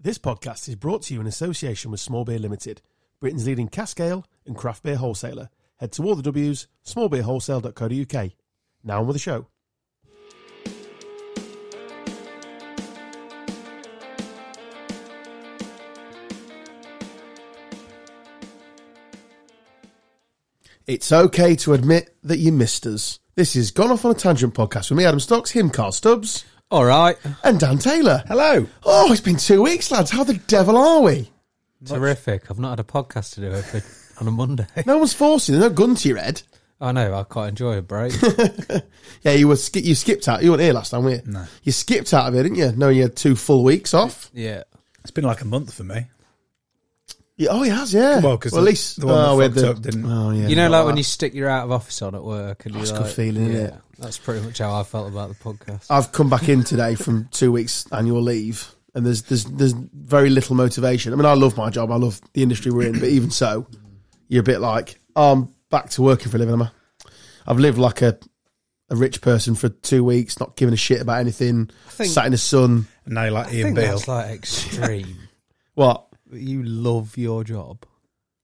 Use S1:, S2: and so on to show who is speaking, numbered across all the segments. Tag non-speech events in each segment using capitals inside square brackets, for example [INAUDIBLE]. S1: This podcast is brought to you in association with Small Beer Limited, Britain's leading cask ale and craft beer wholesaler. Head to all the W's, smallbeerwholesale.co.uk. Now on with the show. It's okay to admit that you missed us. This is Gone Off on a Tangent podcast with me, Adam Stocks, him, Carl Stubbs,
S2: All right.
S1: and Dan Taylor.
S3: Hello.
S1: Oh, it's been two weeks, lads. How the devil are we?
S2: Terrific. I've not had a podcast to do it for, on a Monday. [LAUGHS]
S1: No one's forcing. There's no gun to your head.
S2: I know. I quite enjoy
S1: [LAUGHS]
S2: a break.
S1: Yeah, you were ski- you skipped out. You weren't here last time, were you? No. You skipped out of here, didn't you? No, you had two full weeks off.
S2: yeah.
S3: It's been like a month for me.
S1: Yeah, oh, he has. Yeah.
S3: Well, because
S1: at least
S3: the one
S1: oh, we
S3: that
S1: had
S3: fucked
S1: the-
S3: up didn't.
S1: Oh yeah.
S2: You know, like when
S1: that.
S2: you stick your out of office on at work and
S1: That's
S2: you're
S1: a good
S2: like,
S1: feeling,
S2: yeah,
S1: isn't it?
S2: That's pretty much how I felt about the podcast.
S1: I've come back in today from two weeks annual leave, and there's there's there's very little motivation. I mean, I love my job. I love the industry we're in, but even so, you're a bit like oh, I'm back to working for a living. Am I? I've lived like a a rich person for two weeks, not giving a shit about anything.
S2: think-
S1: sat in the sun.
S3: And now you're like
S2: I
S3: Ian
S2: think
S3: Beale.
S2: that's like extreme.
S1: [LAUGHS] What?
S2: you love your job.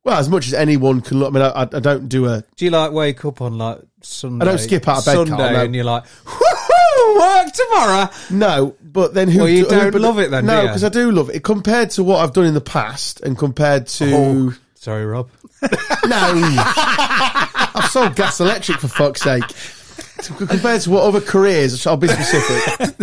S1: Well, as much as anyone can look. I mean, I, I I don't do a.
S2: Do you like wake up on like Sunday?
S1: skip out of bed, Carl,
S2: Sunday,
S1: no.
S2: and you're like, woohoo, work tomorrow.
S1: No, but then who?
S2: Well, you
S1: who-
S2: don't
S1: but-
S2: love it then,
S1: No,
S2: do you?
S1: because I do love it. Compared to what I've done in the past, and compared to
S2: Sorry, Rob.
S1: no, I've sold gas electric for fuck's sake. Compared to what other careers, I'll be specific.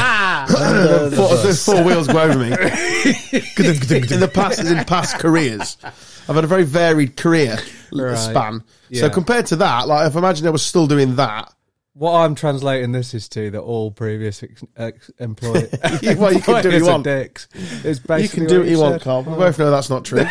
S1: four, the four wheels go over me. in the past, as in past careers, I've had a very varied career l-
S2: Right.
S1: span.
S2: Yeah.
S1: So compared to that, like if I imagine I was still doing that,
S2: What I'm translating this is to that all previous ex- ex-
S1: [LAUGHS]
S2: [LAUGHS] employ-
S1: You- well, you can do what you
S2: employers are
S1: want.
S2: dicks. It's
S1: you
S2: basically
S1: can do what you want,
S2: said.
S1: Carl. We both know that's not [LAUGHS] true.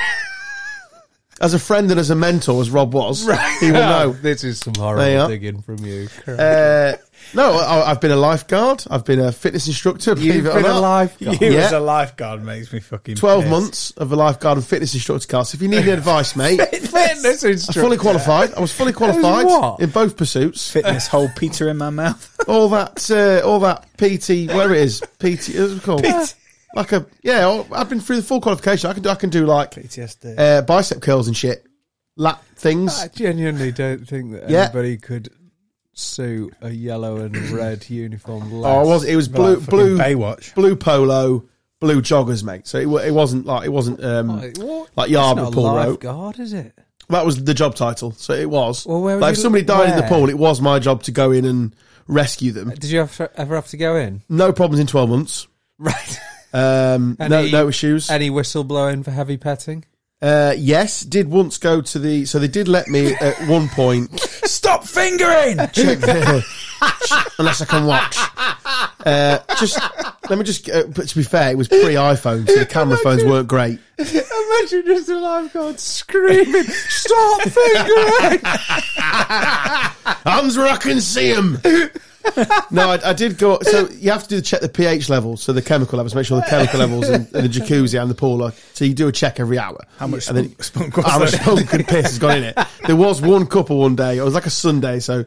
S1: as a friend and as a mentor, as Rob was, he will
S2: Oh,
S1: know.
S2: this is some
S1: There you are.
S2: horrible digging from you.
S1: Uh, no, I, I've been a lifeguard. I've been a fitness instructor. Believe it or
S2: been a
S1: not.
S2: [LAUGHS] lifeguard?
S3: [LAUGHS] You
S1: Yeah.
S3: as a lifeguard makes me fucking.
S1: 12
S3: pissed. [LAUGHS]
S1: months of a lifeguard and fitness instructor class. If you
S2: [LAUGHS]
S1: need any advice, mate, I'm
S2: Fitness instructor.
S1: fully qualified. I was fully qualified
S2: what?
S1: in both pursuits.
S3: Fitting this whole Peter in my mouth. [LAUGHS]
S1: All that, uh, all that PT, whatever it is, PT, what's it called? Like a, yeah, oh, I've been through the full qualification. I can do, I can do like
S3: PTSD.
S1: uh, bicep curls and shit, lap things.
S2: I genuinely don't think that
S1: Yeah.
S2: anybody could sue a yellow and
S1: [CLEARS THROAT]
S2: red uniform. Less.
S1: Oh, I was. It was blue, blue,
S3: Baywatch.
S1: blue polo, blue joggers, mate. So it, wa- it wasn't like it wasn't um,
S2: Like, what?
S1: like
S2: It's
S1: Yarborough
S2: not
S1: Pool
S2: a
S1: Road.
S2: lifeguard, is it?
S1: That was the job title. So it was.
S2: Well, where would
S1: like if
S2: you-
S1: somebody died in the
S2: where?
S1: pool, it was my job to go in and rescue them.
S2: Did you have to- ever have to
S1: [LAUGHS]
S2: go in?
S1: No problems in twelve months.
S2: Right.
S1: Um,
S2: Any-
S1: no, no issues.
S2: Any whistle blowing for
S1: [LAUGHS]
S2: heavy petting?
S1: Uh, yes, did once go to the. So they did let me
S2: [LAUGHS]
S1: at one point [LAUGHS]
S3: Stop fingering.
S1: check the- unless I can watch. Uh, just let me just. Uh, but to be fair, it was pre iPhone, so the
S2: [LAUGHS]
S1: camera
S2: Oh
S1: phones weren't great.
S2: Imagine just a lifeguard screaming, "Stop [LAUGHS] fingering!"
S1: Hands where I can see them. no, I, I did go. So you have to do check the pH levels, so the chemical levels, make sure the chemical levels in, in the jacuzzi and the pool are. So you do a check every hour.
S3: How much
S1: And then-
S3: spunk, spunk was
S1: how much
S3: there?
S1: spunk and piss has gone in it? There was one couple one day. It was like a Sunday, so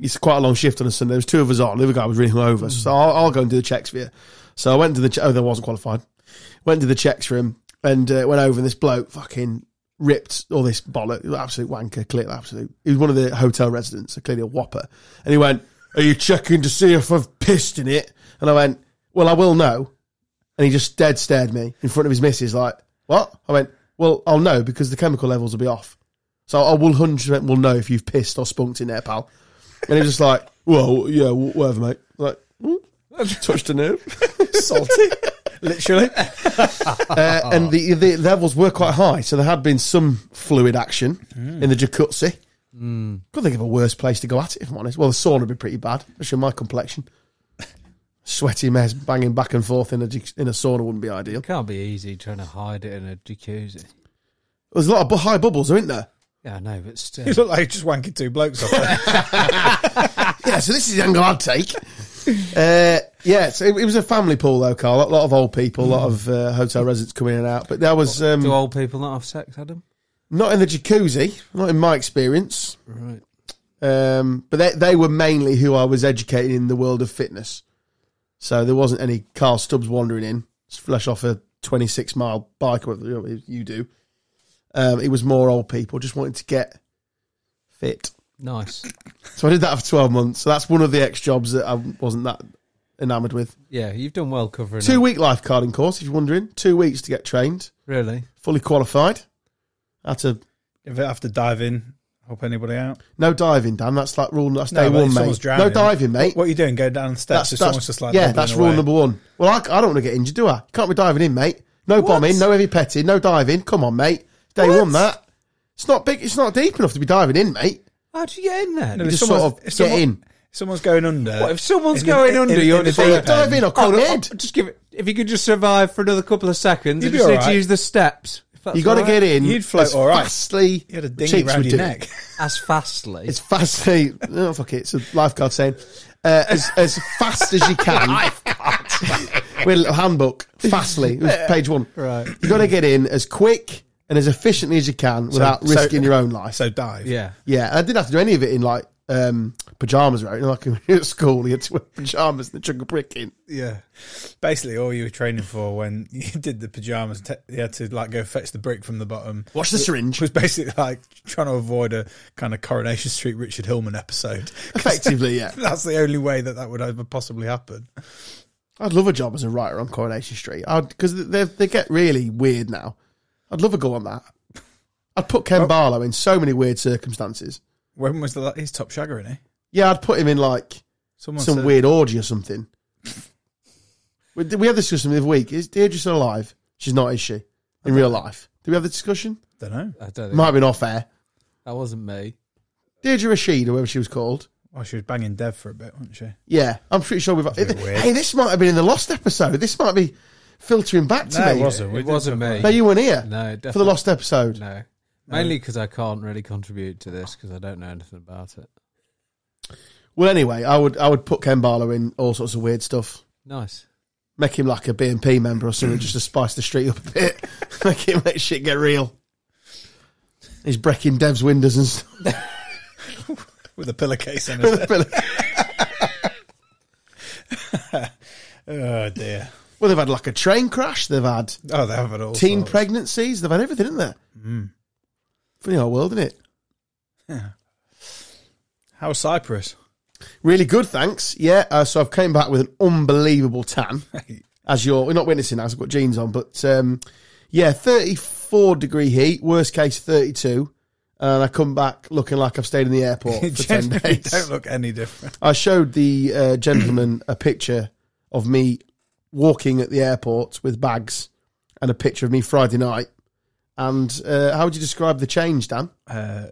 S1: it's quite a long shift on a Sunday. There was two of us on. The other guy was really
S3: Hmm.
S1: hungover, so I'll, I'll go and do the checks for you. So I went to the. Che- oh, there wasn't qualified. Went to the checks for him and uh, went over, and this bloke fucking ripped all this bollock, absolute wanker, clearly absolute. He was one of the hotel residents, so clearly a whopper. And he went, "Are you checking to see if I've pissed in it?" And I went, "Well, I will know." And he just dead stared me in front of his missus, like, "What?" I went, "Well, I'll know because the chemical levels will be off, so I will hundred percent will know if you've pissed or spunked in there, pal." And he was just like, "Well, yeah, wh- whatever, mate." Like, "Mm, [LAUGHS] touched a nerve. [LAUGHS]
S3: Salty. Literally. [LAUGHS]
S1: Uh, and the, the levels were quite high, so there had been some fluid action in the jacuzzi. Couldn't think of a worse place to go at it, if I'm honest. Well, the sauna would be pretty bad, especially my complexion. Sweaty mess banging back and forth in a, jac- in a sauna wouldn't be ideal.
S2: Can't be easy trying to hide it in a jacuzzi.
S1: There's a lot of bu- high bubbles, aren't there?
S2: Yeah, I know, but still.
S3: You look like you just wanking two blokes off. there.
S1: Yeah, so this is the angle I'd take. Uh, yeah, so it, it was a family pool, though, Carl. A lot of old people, a lot of uh, hotel residents coming in and out. But there was
S2: Do
S1: um,
S2: old people not have sex, Adam?
S1: not in the jacuzzi, not in my experience.
S2: Right.
S1: Um, but they, they were mainly who I was educating in the world of fitness. So there wasn't any Carl Stubbs wandering in flesh off a 26 mile bike, or whatever you do. Um, it was more old people just wanting to get fit.
S2: Nice.
S1: So I did that for 12 months. So that's one of the X jobs that I wasn't that enamoured with.
S2: Yeah, you've done well covering
S1: Two
S2: it.
S1: week lifeguarding course, if you're wondering. Two weeks to get trained,
S2: Really?
S1: fully qualified. Had to,
S3: If I have to dive in, help anybody out.
S1: no diving, Dan. That's like rule, that's
S3: No,
S1: day
S3: but if
S1: one,
S3: someone's
S1: mate.
S3: drowning-
S1: no diving, mate.
S3: What are you doing? Go down the steps. if someone's just like
S1: yeah,
S3: bobbing
S1: that's
S3: away.
S1: rule number one. Well, I, I don't want to get injured, do I? Can't be diving in, mate. No bombing, no heavy petting, no diving. Come on, mate. Day
S3: What?
S1: one, that. It's not big. It's not deep enough to be diving in, mate.
S2: How'd you get in there?
S3: No,
S1: You
S3: if
S1: just sort
S3: someone's-
S1: of
S3: if
S1: get
S3: someone-
S1: in.
S3: if someone's going under.
S2: What, if someone's
S3: in the-
S2: going
S3: in-
S2: under,
S3: in-
S2: you're
S3: in the
S2: under the
S3: deep
S1: If dive
S3: end.
S1: in, I'll cut
S2: Oh, no,
S1: head.
S2: oh, Just give it. If you could just survive for another couple of seconds,
S3: You'd
S2: you
S3: be
S2: just need
S3: alright.
S2: to use the steps. If that's
S1: You got to
S2: alright.
S1: get in.
S3: You'd float
S1: as
S3: all right.
S1: Fastly,
S3: You had a
S1: the
S3: dinghy
S1: cheeks
S3: round
S1: would
S3: your
S1: do it.
S3: neck. [LAUGHS]
S2: as fastly.
S1: It's [LAUGHS] fastly. oh fuck it. It's a lifeguard saying. Uh, as as fast as you can. [LAUGHS] with a little handbook. Fastly. It was page one.
S2: Right.
S1: You got to get in as quick and as efficiently as you can without
S3: so-
S1: risking your own life.
S3: So dive.
S2: yeah.
S1: Yeah, I didn't have to do any of it in like um, pajamas, right? You know, like [LAUGHS] when you're at school, you had to wear pajamas and chuck a brick in.
S2: Yeah.
S3: Basically, all you were training for when [LAUGHS] you did the pajamas, te- you had to like go fetch the brick from the bottom.
S1: Watch the
S3: It
S1: syringe.
S3: was basically like trying to avoid a kind of Coronation Street Richard Hillman episode. [LAUGHS]
S1: Effectively, yeah.
S3: That's the only way that that would ever possibly happen.
S1: I'd love a job as a writer on Coronation Street. I'd because they they get really weird now. I'd love a go on that. I'd put
S3: Oh.
S1: Ken Barlow in so many weird circumstances.
S3: When was the la- he's top shagger, isn't he?
S1: Yeah, I'd put him in like
S3: Someone
S1: some
S3: said-
S1: weird orgy or something. [LAUGHS] we, did we had this discussion the other week. Is Deirdre still alive? She's not, is she? In real life? Did we have the discussion?
S3: don't know.
S2: I don't think
S1: Might have been off air.
S2: that wasn't me.
S1: Deirdre Rashid, or whatever she was called.
S3: Oh, she was banging Dev for a bit, wasn't she?
S1: Yeah, I'm pretty sure we've.
S3: bit weird.
S1: Hey, this might have been in the lost episode. This might be filtering back to
S3: No, it
S1: me.
S3: wasn't. We
S2: It
S3: did
S2: wasn't
S3: talk
S2: me.
S1: No, you weren't here
S2: No, definitely
S1: for the lost episode.
S2: No. Mainly because I can't really contribute to this because I don't know anything about it.
S1: Well, anyway, I would I would put Ken Barlow in all sorts of weird stuff.
S2: Nice.
S1: Make him like a BNP member or something, just to spice the street up a bit. [LAUGHS] make him make shit get real. He's breaking Deb's windows and stuff. [LAUGHS]
S3: With a pillowcase in it.
S1: well,
S3: oh dear.
S1: they've had like a train crash. They've had
S3: Oh, they have it all.
S1: teen
S3: sorts.
S1: pregnancies. They've had everything, haven't they? Funny old world, isn't it?
S3: How's Cyprus? [LAUGHS]
S1: Really good, thanks. Yeah, uh, so I've came back with an unbelievable tan. as you're we're not witnessing as I've got jeans on, but um, yeah, 34 degree heat, worst case 32, and I come back looking like I've stayed in the
S3: [LAUGHS]
S1: airport for 10
S3: Generally don't
S1: days.
S3: look any
S1: [LAUGHS]
S3: different.
S1: I showed the uh, gentleman a picture of me walking at the airport with bags and a picture of me Friday night. And uh, how would you describe the change, Dan?
S3: Uh,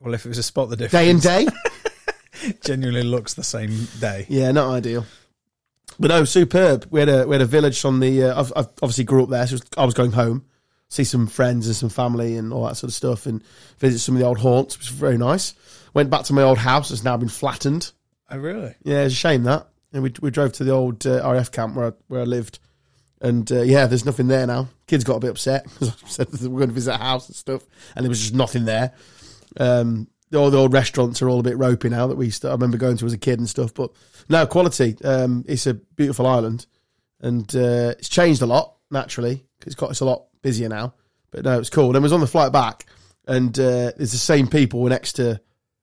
S3: well, if it was a spot, the difference
S1: Day and day?
S3: genuinely looks the same day.
S1: Yeah, not ideal. But no, superb. We had a we had a village on the. Uh, I've, I've obviously grew up there, so I was going home, see some friends and some family and all that sort of stuff, and visit some of the old haunts, which was very nice. Went back to my old house, that's now been flattened.
S3: Oh, really?
S1: Yeah, it's a shame that. And we we drove to the old uh, RF camp where I, where I lived, and uh, yeah, there's nothing there now. Kids got a bit upset [LAUGHS] because I said that we're going to visit a house and stuff, and there was just nothing there. Um, all the old restaurants are all a bit ropey now that we. St- I remember going to as a kid and stuff, but no quality. Um, it's a beautiful island, and uh, it's changed a lot naturally. 'cause It's got it's a lot busier now, but no, it's cool. And I was on the flight back, and uh, it's the same people were next to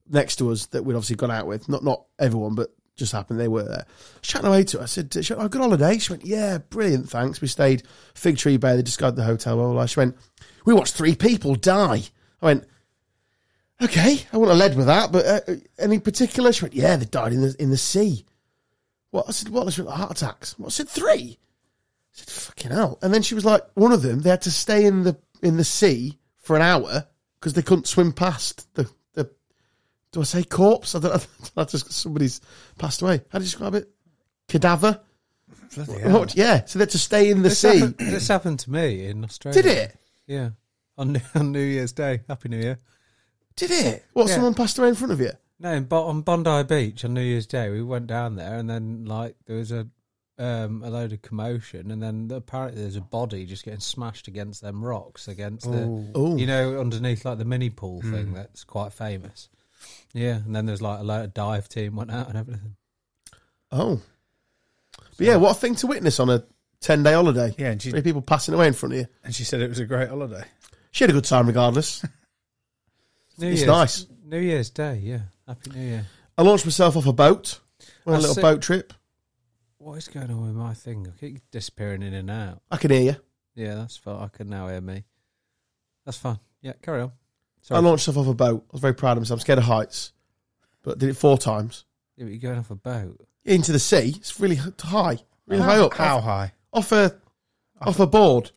S1: next to us that we'd obviously gone out with. Not not everyone, but just happened they were there. Chatting away to her, I said, "She went, "Oh, good holiday." She went, "Yeah, brilliant, thanks." We stayed Fig Tree Bay. They described the hotel. Blah, blah, blah. She went, "We watched three people die." I went, "Okay, I wouldn't have led with that, but uh, any particular?" She went, "Yeah, they died in the in the sea." What I said, "What?" She went, "Heart attacks." What I said, three? I said, "Fucking hell!" And then she was like, "One of them, they had to stay in the in the sea for an hour because they couldn't swim past the." the do I say corpse? I don't. [LAUGHS] I just somebody's passed away. How do you describe it? Cadaver.
S3: Bloody
S1: Yeah.
S3: hell.
S1: What? Yeah. So they had to stay in the
S2: This
S1: sea.
S2: happened, this happened to me in Australia.
S1: Did it?
S2: Yeah. On, New- [LAUGHS] on New Year's Day. Happy New Year.
S1: Did it? What?
S2: Yeah.
S1: Someone passed away in front of you?
S2: No, in, Bo- on Bondi Beach on New Year's Day, we went down there and then, like, there was a. Um, a load of commotion, and then apparently there's a body just getting smashed against them rocks against the
S1: Oh.
S2: you know, underneath like the mini pool
S1: Hmm.
S2: thing that's quite famous. Yeah, and then there's like a lot of dive team went out and everything.
S1: Oh. But yeah, what a thing to witness on a ten day holiday.
S3: Yeah, and she
S1: Three people passing away in front of you.
S3: and she said it was a great holiday.
S1: She had a good time
S2: [LAUGHS]
S1: regardless.
S2: New
S1: It's
S2: Year's,
S1: nice.
S2: New Year's Day, yeah. Happy New Year.
S1: I launched myself off a boat. Went on a
S2: I
S1: little
S2: see.
S1: boat trip.
S2: What is going on with my thing? I keep disappearing in and out.
S1: I can hear you.
S2: Yeah, that's fine. I can now hear me. That's fine. Yeah, carry on.
S1: I
S2: Sorry.
S1: launched myself off a boat. I was very proud of myself. I'm scared of heights, but did it four times
S2: Yeah, but you're going off a boat.
S1: into the sea. It's really h- high, really high
S3: How-
S1: up.
S3: How high?
S1: Off a off a board,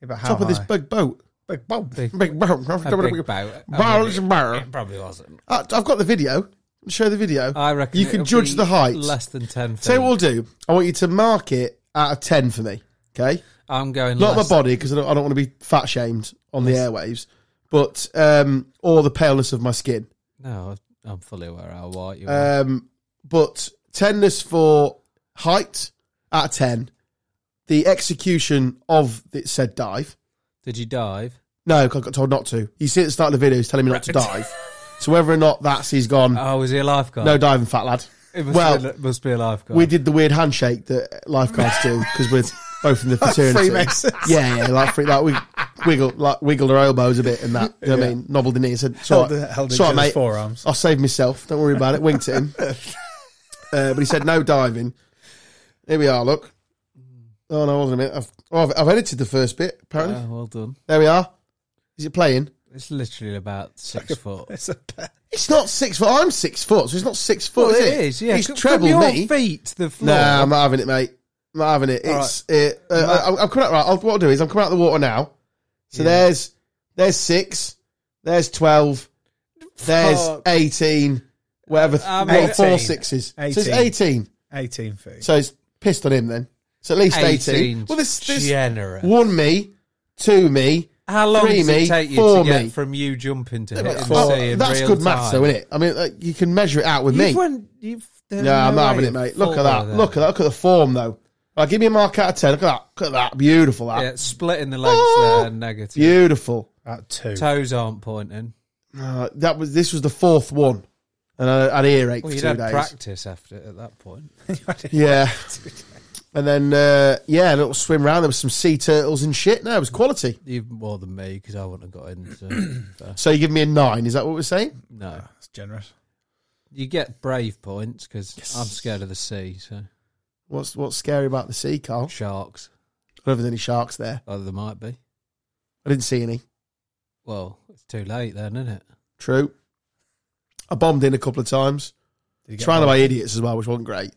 S3: Yeah, but how
S1: top of this
S3: high?
S1: big boat.
S3: Big bulb.
S2: Big,
S1: Big boat.
S2: a big boat.
S1: Barrel is a barrel.
S2: It probably wasn't.
S1: I- I've got the video. I'll show the video.
S2: I reckon
S1: You can
S2: it'll
S1: judge
S2: be
S1: the height.
S2: Less than ten feet.
S1: Tell you what we'll do. I want you to mark it out of ten for me. Okay,
S2: I'm going.
S1: not
S2: less,
S1: my body because I don't, I don't want to be fat shamed on the airwaves, but um, or the paleness of my skin.
S2: No, I'm fully aware how white you are.
S1: Um, but tenderness for height out of ten. The execution of the said dive.
S2: Did you dive?
S1: No, 'cause I got told not to. You see at the start of the video, he's telling me not to dive. so whether or not that's he's gone,
S2: Oh, was he a lifeguard?
S1: no diving, fat lad.
S2: it must
S1: well,
S2: be, a- must be a lifeguard.
S1: We did the weird handshake that lifeguards do because we're both in the fraternity.
S3: Freemasons.
S1: Yeah, yeah, like free, like we wiggled, like wiggled our elbows a bit and that. You know what I mean, nobbled the knee. Said,
S3: Held,
S1: "Sorry,
S3: the- held each
S1: sorry,
S3: other's
S1: mate, Oh.
S3: forearms.
S1: I'll save myself. Don't worry about it." Winked at him, uh, but he said, "No diving." Here we are. Look. Oh no, hold on a minute. I've, oh, I've, I've edited the first bit. Apparently,
S2: Oh, well done.
S1: there we are. Is it playing?
S2: It's literally about six
S1: [LAUGHS]
S2: foot.
S3: [LAUGHS] It's a pet.
S1: It's not six foot. I'm six foot, so it's not six foot.
S2: Well,
S1: is
S2: it
S1: it
S2: is. Yeah,
S1: he's
S2: From
S1: treble
S2: your
S1: me.
S2: feet to the floor.
S1: Nah, I'm not having it, mate. I'm not having it. It's it. Uh, I- I'm, I'm coming out. Right, I'll, what I'll do is I'm coming out of the water now. So there's there's six, there's twelve, there's
S2: Fuck.
S1: eighteen, whatever. th-
S2: I'm
S1: well, four
S3: 18.
S1: sixes. So it's
S3: 18.
S1: eighteen.
S3: 18 feet.
S1: So it's pissed on him then. It's at least
S2: 18.
S1: eighteen. Well, this this
S2: generous.
S1: one me, two me.
S2: How long
S1: three
S2: does
S1: me,
S2: it take you
S1: four
S2: to get
S1: me.
S2: from you jumping to hitting
S1: Oh,
S2: sea in
S1: that's
S2: real
S1: good maths,
S2: time?
S1: though, isn't it? I mean, like, you can measure it out with me.
S2: You've won- you've- there's
S1: No, I'm not
S2: no way
S1: having it,
S2: you
S1: mate. Look at
S2: fall
S1: that.
S2: there.
S1: Look at that. Look at the form, though. Right, give me a mark out of 10. Look at that. Look at that. Beautiful, that.
S2: Yeah, splitting the legs
S1: Oh!
S2: there, negative.
S1: Beautiful.
S3: At two. [LAUGHS]
S2: Toes aren't pointing.
S1: Uh, that was This was the fourth one. And I had earache
S2: Well,
S1: for
S2: you'd
S1: two
S2: had
S1: days.
S2: practice after at that point.
S1: yeah. And then, uh, yeah, a little swim round. There was some sea turtles and shit. No, it was quality.
S2: Even more than me because I wouldn't have got into.
S1: [CLEARS THROAT]
S2: but
S1: So you give me a nine. Is that what we're saying?
S2: no,
S3: That's generous.
S2: you get brave points because I'm scared of the sea. So
S1: What's What's scary about the sea, Carl?
S2: sharks,
S1: I don't think there's any sharks there.
S2: oh, there might be.
S1: I didn't see any.
S2: Well, it's too late then, isn't it?
S1: True. I bombed in a couple of times.
S3: Did you get
S1: Surrounded
S3: one?
S1: by idiots as well, which wasn't great.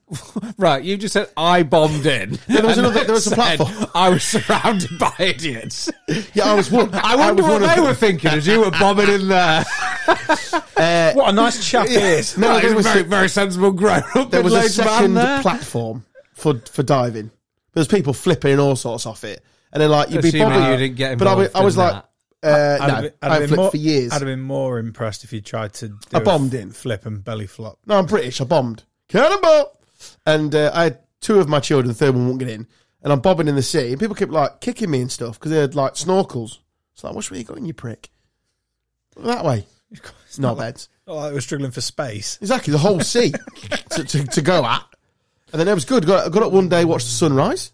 S2: Right, you just said I bombed in.
S1: [LAUGHS] there was
S2: and
S1: another- there was a
S2: said
S1: platform.
S2: I was surrounded by idiots.
S1: Yeah, I was one.
S2: [LAUGHS] I wonder
S1: was one
S2: what
S1: of
S2: they
S1: them.
S2: were thinking as you were bombing in there.
S1: Uh,
S3: What a nice
S1: [LAUGHS]
S3: chap he
S2: [LAUGHS]
S3: is.
S1: No,
S2: Like,
S1: there was,
S2: very,
S1: a,
S2: very sensible grown up.
S1: there was a second
S2: there.
S1: platform for for diving. There's people flipping and all sorts off it, and then like you'd be
S2: Assuming
S1: bothered.
S2: you didn't get
S1: but I was,
S2: involved
S1: I was
S2: in
S1: like, uh,
S3: I'd
S1: no,
S3: have been- I'd
S1: I
S3: have
S1: haven't
S3: been
S1: flipped
S3: more-
S1: for years.
S3: I'd have been more impressed if you tried to do
S1: I bombed
S3: f-
S1: in.
S3: Flip and belly flop. [LAUGHS]
S1: No, I'm British. I bombed. Cannonball! And uh, I had two of my children, the third one won't get in. And I'm bobbing in the sea, and people kept like kicking me and stuff because they had like snorkels. It's like, which way you got in, you prick? Look That way.
S3: It's
S1: Not
S3: like,
S1: beds.
S3: not like we were struggling for space.
S1: Exactly, the whole sea to, to, to go at. And then it was good. Got, got up one day, watched the sunrise.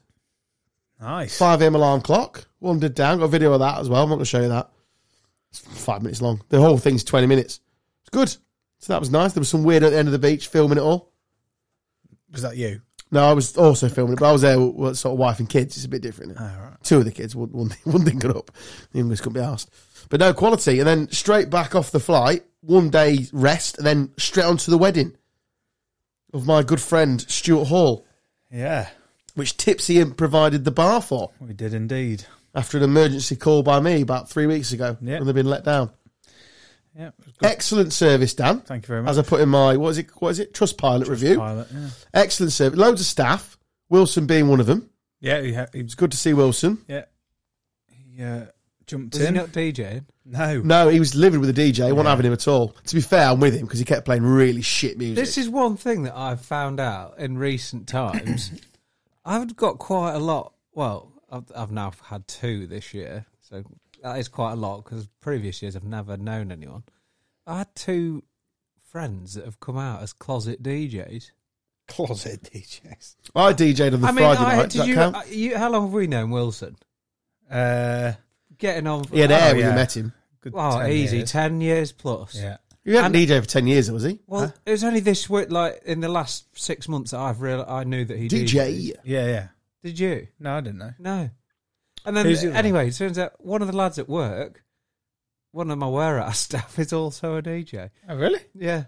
S3: Nice.
S1: 5 a.m. alarm clock. Wandered down. Got a video of that as well. I'm not going to show you that. It's five minutes long. The whole thing's 20 minutes. It's good. So that was nice. There was some weird at the end of the beach filming it all.
S3: Was that you?
S1: No, I was also filming it, but I was there with, with sort of wife and kids. It's a bit different.
S3: All right.
S1: Two of the kids, one, [LAUGHS] one, one didn't get up. The youngest couldn't be asked. But no quality. And then straight back off the flight, one day rest, and then straight on to the wedding of my good friend Stuart Hall,
S3: Yeah,
S1: which Tipsy Imp provided the bar for.
S3: we did indeed.
S1: after an emergency call by me about three weeks ago
S3: Yeah.
S1: when they've been let down.
S3: Yeah, it was good.
S1: Excellent service, Dan.
S3: Thank you very much.
S1: As I put in my what is it? What is it? Trustpilot review.
S3: Pilot, yeah.
S1: Excellent service. Loads of staff. Wilson being one of them.
S3: Yeah, he, ha- he
S1: It's good to see Wilson.
S3: yeah, he uh, jumped
S2: Was he
S3: in.
S2: not DJing?
S3: [LAUGHS] no,
S1: No, he was living with the DJ. Wasn't having him at all. To be fair, I'm with him because he kept playing really shit music.
S2: This is one thing that I've found out in
S1: [COUGHS]
S2: recent times. I've got quite a lot. Well, I've, I've now had two this year, so that is quite a lot because previous years I've never known anyone. I had two friends that have come out as closet DJs.
S3: Closet DJs.
S1: I DJ'd on the
S2: I mean,
S1: Friday
S2: I,
S1: night. Does
S2: did
S1: that
S2: you,
S1: count?
S2: uh, you? How long have we known Wilson?
S3: Uh,
S2: Getting on.
S1: he had air when
S3: yeah.
S1: you met him.
S3: good
S2: Oh,
S3: 10
S2: easy,
S3: years.
S2: ten years plus.
S3: Yeah.
S1: You hadn't
S2: And-
S1: DJed for ten years, was he?
S2: Well, it was only this week, like in the last six months, that I've real I knew that he
S1: DJ.
S3: Yeah, yeah.
S2: Did you?
S3: No, I didn't know.
S2: No. And then
S3: Who's the other
S2: anyway, it turns out one of the lads at work, one of my wear out [LAUGHS] staff, is also a DJ.
S3: Oh, really?
S2: Yeah.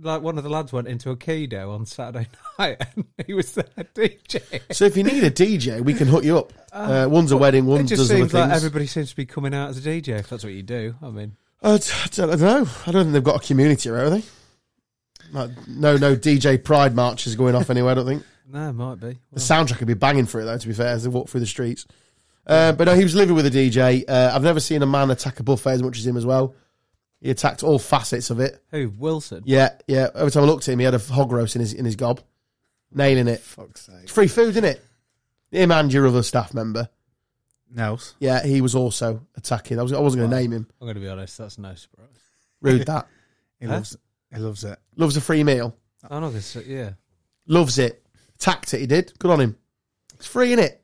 S2: Like one of the lads went into a Kido on Saturday [LAUGHS] night and he was there [LAUGHS] DJ.
S1: So if you need a DJ, we can hook you up. Uh, one's a wedding,
S2: It
S1: one
S2: just
S1: does other
S2: seems
S1: things.
S2: like everybody seems to be coming out as a DJ if that's what you do. I mean,
S1: I d- Uh, I don't, I don't know. I don't think they've got a community, are they? Like, no, no DJ Pride march is going off anywhere. I don't think
S2: no, it might be.
S1: the soundtrack would be banging for it though. To be fair, as they walk through the streets. Uh, but no, he was living with a DJ. Uh, I've never seen a man attack a buffet as much as him as well. He attacked all facets of it.
S2: Who? Wilson?
S1: Yeah, yeah. Every time I looked at him, he had a hog roast in his in his gob, nailing it.
S3: Fuck's sake.
S1: It's free food, isn't it? Him and your other staff member.
S3: Nels.
S1: Yeah, he was also attacking. I was I wasn't going to name him.
S2: I'm going to be honest, that's no surprise.
S1: Rude that.
S3: He
S2: Huh?
S3: loves. He loves it.
S1: Loves a free meal.
S2: I'm not going to say, yeah.
S1: Loves it. Attacked it. He did. Good on him. It's free in it.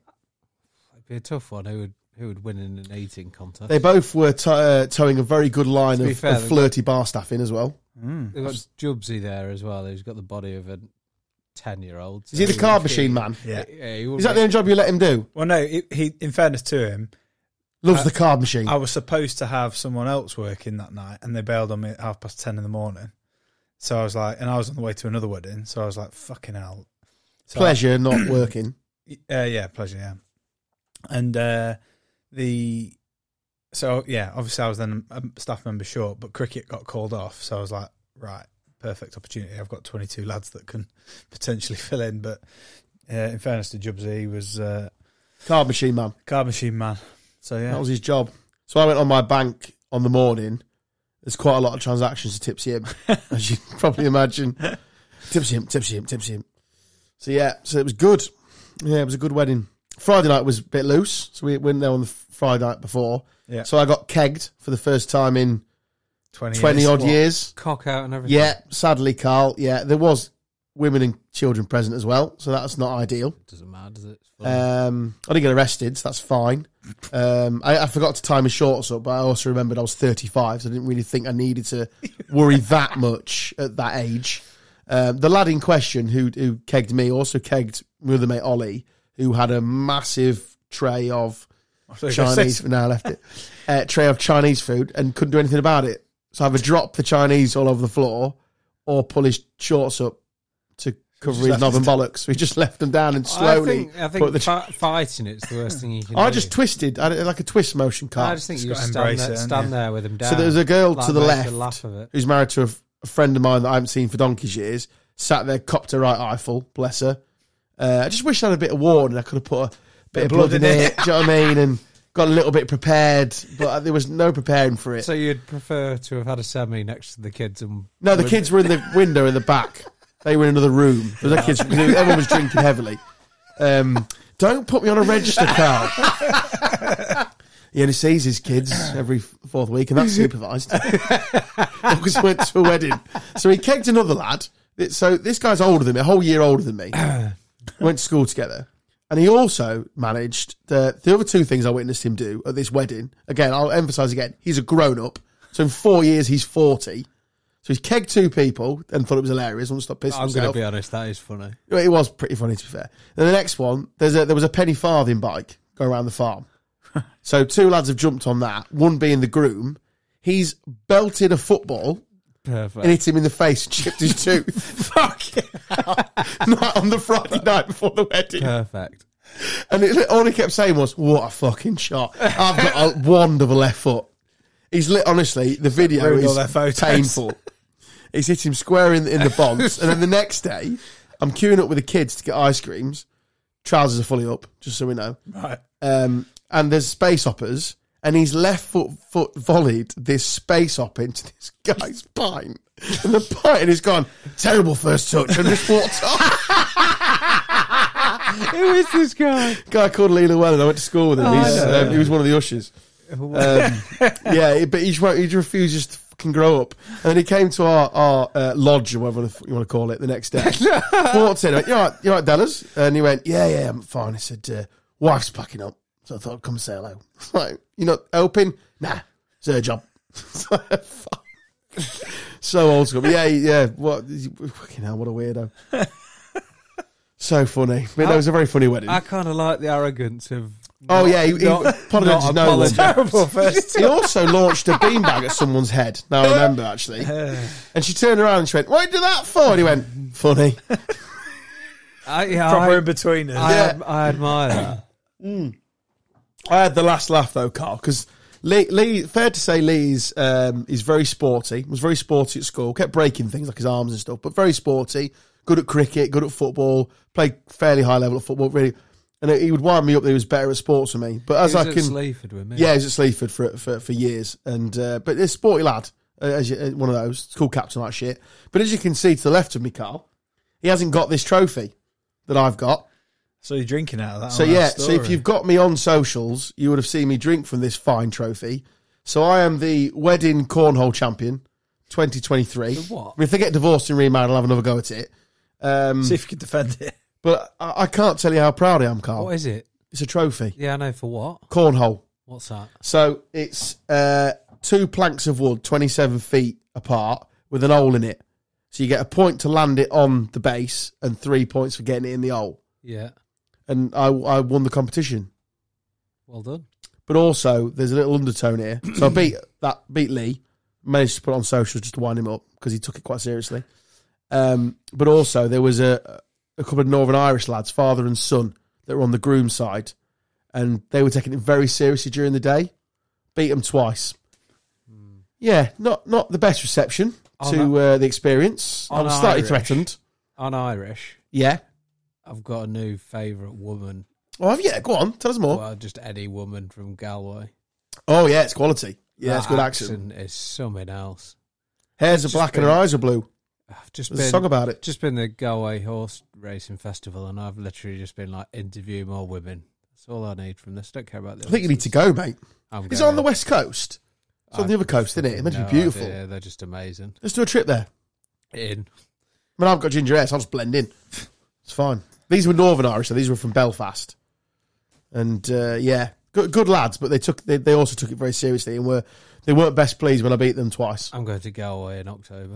S2: It'd be a tough one. Who would who would win in an eating contest?
S1: They both were to- uh, towing a very good line
S2: To be
S1: of,
S2: fair,
S1: of
S2: they-
S1: flirty bar staff in as well.
S3: Hmm.
S2: They've got Jubsy there as well, who's got the body of a ten year old.
S1: Is he the card machine man?
S3: Yeah.
S2: Yeah, he would
S1: Is that the
S2: be-
S1: only job you let him do?
S3: Well, no. He, he, in fairness to him,
S2: Uh,
S1: Loves the card machine.
S3: I was supposed to have someone else working that night, and they bailed on me at half past ten in the morning. So I was like, and I was on the way to another wedding. So I was like, fucking hell. So I-
S1: Pleasure not working.
S3: Uh, yeah, pleasure. Yeah, and uh, the so yeah, obviously I was then a staff member short, but cricket got called off, so I was like, right, perfect opportunity. I've got twenty two lads that can [LAUGHS] potentially fill in, but uh, in fairness to Jubsy, he was uh,
S1: Card machine man.
S3: card machine man. So yeah,
S1: That was his job. So I went on my bank on the morning. There's quite a lot of transactions to tipsy him, [LAUGHS] as you can probably imagine. Tipsy him, tipsy him, tipsy him. So yeah, so it was good. Yeah, it was a good wedding. Friday night was a bit loose, so we went there on the Friday night before.
S3: Yeah.
S1: So I got kegged for the first time in
S3: twenty
S1: twenty odd
S3: What?
S1: years.
S2: cock out and everything?
S1: Yeah, sadly, Carl. Yeah, there was women and children present as well, so that's not ideal.
S2: doesn't matter, does it? It's fun.
S1: Um, I didn't get arrested, so that's fine. Um, I, I forgot to time my shorts up, but I also remembered I was 35, so I didn't really think I needed
S2: [LAUGHS]
S1: to worry that much at that age. Um, the lad in question who who kegged me also kegged my other mate Ollie, who had a massive tray of
S3: [LAUGHS] So I guess
S1: Chinese.
S3: it's-
S1: now left
S2: [LAUGHS]
S1: it. Uh, tray of Chinese food and couldn't do anything about it. So I either drop the Chinese all over the floor or pull his shorts up to cover his
S3: left
S1: knob and bollocks. We just left them down and slowly.
S2: I think, I think
S1: put the
S2: fi- fighting it's the worst thing you can.
S1: I
S2: do.
S1: just twisted, I did like a twist motion
S2: I
S1: car.
S2: just think
S3: Just
S2: you
S3: gotta
S2: just stand,
S3: embrace
S2: there,
S3: it, haven't
S2: stand
S3: you?
S2: there with him down.
S1: so there was a girl
S2: like,
S1: to the
S2: make
S1: left
S2: laugh of it.
S1: who's married to a, f- a friend of mine that I haven't seen for donkey's years. Sat there, copped her right eyeful, bless her. Uh, I just wish I had a bit of warning. I could have put a bit of blood in it. do you know what I mean? And got a little bit prepared, but uh, there was no preparing for it.
S2: So you'd prefer to have had a semi next to the kids and
S1: No, the kids were in the window in the back. They were in another room. There was no kids. Everyone was drinking heavily. Um, don't put me on a register card. he only sees his kids every fourth week, and that's supervised. [LAUGHS] Because he went to a wedding, so he kegged another lad. So this guy's older than me, a whole year older than me. We went to school together. And he also managed the the other two things I witnessed him do at this wedding. Again, I'll emphasise again, he's a grown up. So in four years, he's forty. So he's kegged two people and thought it was hilarious. Won't stop pissing
S2: I'm going to
S1: himself.
S2: be honest, that is funny.
S1: Well, It was pretty funny to be fair. Then the next one, there's a there was a penny farthing bike going around the farm. so two lads have jumped on that. One being the groom, he's belted a football
S2: Perfect.
S1: and hit him in the face and chipped his tooth. Fucking [LAUGHS] Not on the Friday night before the wedding.
S2: Perfect.
S1: And it, all he kept saying was, "What a fucking shot! I've got a wonderful left foot." He's lit. Honestly, the video
S3: Ruined all
S1: is
S3: their photos.
S1: painful. He's hit him square in, in the bonds, and then the next day, I'm queuing up with the kids to get ice creams. Trousers are fully up, just so we know.
S3: Right.
S1: Um, and there's space hoppers, and he's left foot foot volleyed this space hop into this guy's pint, and the pint has gone terrible first touch, and just walked off.
S2: [LAUGHS] Who is this guy?
S1: guy called Leela Wellen. I went to school with him.
S2: Oh, I
S1: He's,
S2: know.
S1: [LAUGHS]
S2: Oh,
S1: um, he was one of the ushers. Um, yeah, he- but he, just won't- he just refuses to fucking grow up. And then he came to our, our uh, lodge, or whatever the f- you want to call it, the next
S2: [LAUGHS]
S1: day. Walked in, I went, you all right, you all right, Dallas? And he went, yeah, yeah, I'm fine. He said, uh, wife's packing up. So I thought I'd come say hello. [LAUGHS] It's like, you're not helping? Nah, it's her job. [LAUGHS] It's like, fuck. so old school. But yeah, yeah, what, fucking hell, what a
S2: [LAUGHS]
S1: weirdo. so funny. But no, it was a very funny wedding.
S2: I kind of like the arrogance of.
S1: Oh,
S2: not-
S1: yeah, he- he apologised
S2: not
S1: to no one.
S2: apologise.
S1: [LAUGHS]
S3: Terrible first.
S1: He also launched a beanbag at someone's head. Now I remember actually. And she turned around and she went, "Why'd you do that for?" And he went, "Funny."
S2: [LAUGHS] I, yeah,
S3: Proper in
S2: I,
S3: between us.
S2: I,
S1: Yeah.
S2: ad- I admire that.
S1: I had the last laugh though, Carl, because Lee, Lee, fair to say, Lee's um, is very sporty. Was very sporty at school. Kept breaking things like his arms and stuff, but very sporty. Good at cricket, good at football. Played fairly high level of football, really. And he would wind me up that he was better at sports than me. But as
S2: He was
S1: I
S2: at
S1: can,
S2: Sleaford with me.
S1: Yeah, he was at Sleaford for for, for years, and uh, but a sporty lad, uh, as you, uh, one of those school captain like shit. But as you can see to the left of me, Carl, he hasn't got this trophy that I've got.
S3: So you're drinking out of that.
S1: So
S3: on Oh, that
S1: yeah, so if
S3: story.
S1: you've got me on socials, you would have seen me drink from this fine trophy. So I am the wedding cornhole champion, 2023.
S2: The what?
S1: If they get divorced and remarried, I'll have another go at it. Um,
S3: see if you could defend it.
S1: but I, I can't tell you how proud I am, Carl.
S2: What is it?
S1: it's a trophy,
S2: Yeah, I know for what.
S1: cornhole.
S2: What's that?
S1: So it's uh, two planks of wood, 27 feet apart, with an hole in it. So you get a point to land it on the base and three points for getting it in the hole.
S2: Yeah,
S1: And I, I won the competition.
S2: well done.
S1: But also, there's a little undertone here. So I beat that beat Lee, managed to put it on socials just to wind him up because he took it quite seriously. Um, but also, there was a a couple of Northern Irish lads, father and son, that were on the groom side, and they were taking it very seriously during the day. Beat them twice. Yeah, not not the best reception
S2: On
S1: to uh, the experience. I
S2: on
S1: was slightly
S2: Irish.
S1: threatened.
S2: On Irish,
S1: Yeah.
S2: I've got a new favourite woman.
S1: Oh yeah, go on, tell us more.
S2: Well, just any woman from Galway.
S1: Oh yeah, it's quality. Yeah, it's
S2: That
S1: good accent.
S2: Is something else.
S1: Hairs are
S2: Just
S1: black and
S2: been-
S1: her eyes are blue.
S2: I've just
S1: There's a
S2: been
S1: song about it.
S2: just been the Galway Horse Racing Festival, and I've literally just been like interview more women. That's all I need from this. Don't care about the.
S1: I think you need to go, mate.
S2: I'm
S1: It's
S2: going.
S1: on the west coast. It's on the other coast, isn't it? It's meant to be beautiful.
S2: Yeah, they're just amazing.
S1: Let's do a trip there.
S2: In
S1: I mean, I've got ginger hair, so I'll just blend in. It's fine. These were Northern Irish, so these were from Belfast. And uh, yeah, good, good lads, but they took they, they also took it very seriously and were they weren't best pleased when I beat them twice.
S2: I'm going to Galway in October.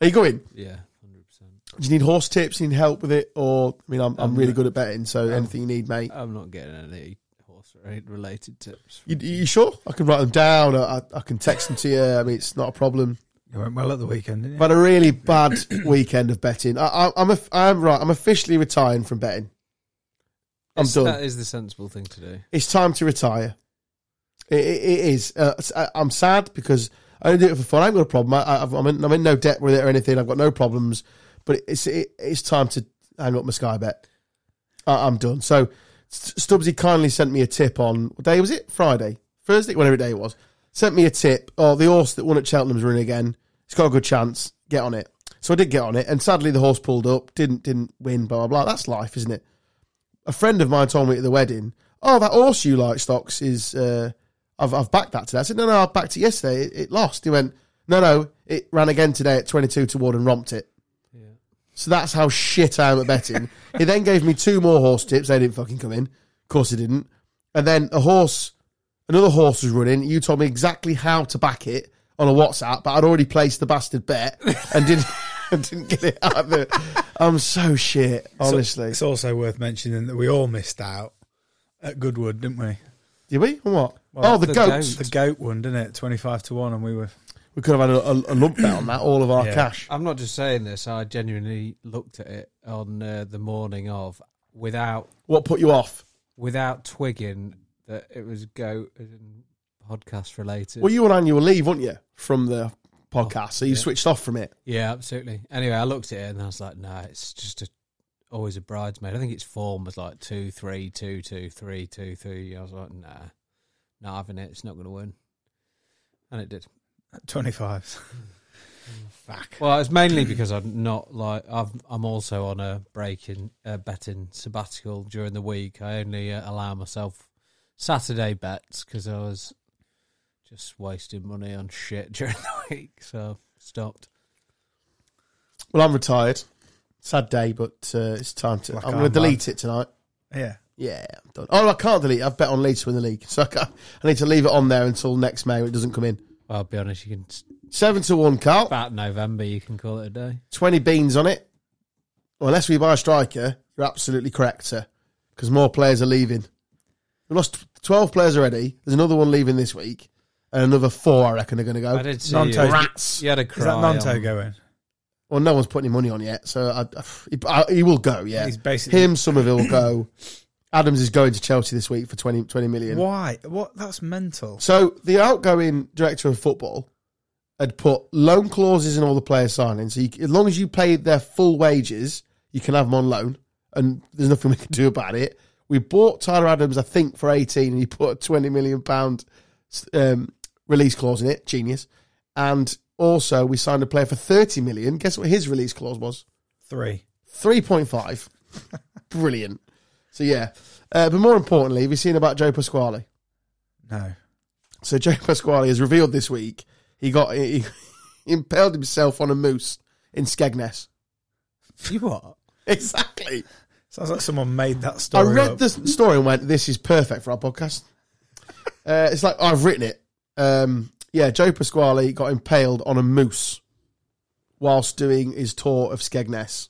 S1: Are you going?
S2: Yeah, hundred percent.
S1: Do you need horse tips? You need help with it? Or I mean, I'm, I'm
S2: Um,
S1: really good at betting, so anything you need, mate.
S2: I'm not getting any horse ra- related tips.
S1: You, you sure? I can write them down. I, I can text them to you. I mean, it's not a problem.
S3: You went well at the weekend, didn't you?
S1: I've had a really bad weekend of betting. I, I, I'm a, I'm right. I'm officially retiring from betting. I'm
S2: It's-
S1: done.
S2: That is the sensible thing to do.
S1: It's time to retire. It, it, it is. Uh, it's- I- I'm sad because I don't do it for fun. I ain't got a problem. I, I, I'm, in, I'm in no debt with it or anything. I've got no problems. But it's it, it's time to hang up my sky bet. I, I'm done. So S- Stubbsy kindly sent me a tip on what day was it? Friday, Thursday, whatever day it was. Sent me a tip. Oh, the horse that won at Cheltenham's running again. It's got a good chance. Get on it. So I did get on it, and sadly the horse pulled up. Didn't didn't win. Blah blah blah. That's life, isn't it? a friend of mine told me at the wedding, "Oh, that horse you like, Stocks, is uh, I've I've backed that today." I said, "No, no, I backed it yesterday. It, it lost." He went, "No, no, it ran again today at twenty two to one and romped it."
S2: Yeah.
S1: So that's how shit I am at
S3: [LAUGHS]
S1: betting. he then gave me two more horse tips. They didn't fucking come in. Of course, he didn't. And then a horse, another horse was running. You told me exactly how to back it on a WhatsApp, but I'd already placed the bastard bet and didn't [LAUGHS] and didn't get it out of it. I'm so shit, honestly.
S3: It's also worth mentioning that we all missed out at Goodwood, didn't we?
S1: Did we? On what?
S3: Well,
S1: oh, the,
S2: the
S1: goats.
S2: goat.
S3: The goat one, didn't it? Twenty-five to one, and we were.
S1: We could have had a, a, a lump bet on that, all of our
S3: Yeah.
S1: cash.
S2: I'm not just saying this. I genuinely looked at it on uh, the morning of without
S1: What put you off?
S2: without twigging that it was goat and podcast related.
S1: Well, you were on annual leave, weren't you, from the podcast? so you switched off from it.
S2: yeah, absolutely. Anyway, I looked at it and I was like, no, it's just a always a bridesmaid. I think its form was like two, three, two, two, three, two, three. I was like, nah, not having it. It's not going to win. And it did.
S3: at Twenty-five. [LAUGHS] Fuck.
S2: Well, it's mainly because I'm not like I've, I'm also on a break in uh, betting sabbatical during the week. I only uh, allow myself Saturday bets because I was just wasting money on shit [LAUGHS] during the week, so stopped.
S1: Well, I'm retired. Sad day, but uh, it's time to.
S3: Like
S1: I'm
S3: I'm
S1: going to
S3: mad.
S1: delete it tonight.
S3: Yeah.
S1: Yeah, I'm done. Oh, I can't delete. it. I've bet on Leeds to win the league, [LAUGHS] so I, can't, I need to leave it on there until next May. When it doesn't come in.
S2: I'll be honest, you can
S1: Seven to one, Carl.
S2: about November you can call it a day.
S1: Twenty beans on it. Well, unless we buy a striker, you're absolutely correct, sir. Because more players are leaving. We lost twelve players already. There's another one leaving this week, and another four I reckon are going to go.
S2: I did see
S3: non-toast.
S2: you.
S1: Rats.
S2: You had a
S3: Oh, Is
S2: cry.
S3: that Nanto
S2: on-
S3: going?
S1: Well, no one's putting any money on yet, so I, he, I, he will go. Yeah,
S3: He's basically
S1: him, Somerville will go. Adams is going to Chelsea this week for 20, 20 million.
S3: Why? What? That's mental.
S1: So the outgoing director of football had put loan clauses in all the player signings. So you, as long as you pay their full wages, you can have them on loan, and there's nothing [LAUGHS] we can do about it. We bought Tyler Adams, I think, for eighteen, and he put a twenty million pound um, release clause in it. Genius. And also, we signed a player for thirty million. Guess what his release clause was?
S3: Three.
S1: Three point five. Brilliant. So yeah, uh, but more importantly, have you seen about Joe Pasquale?
S3: No.
S1: So Joe Pasquale has revealed this week he got he, [LAUGHS] he impaled himself on a moose in Skegness. [LAUGHS]
S2: You what?
S1: Exactly.
S3: Sounds like someone made that
S1: I
S3: story.
S1: read
S3: up.
S1: the story and went, "This is perfect for our podcast." Uh, it's like I've written it. Um, yeah, Joe Pasquale got impaled on a moose whilst doing his tour of Skegness.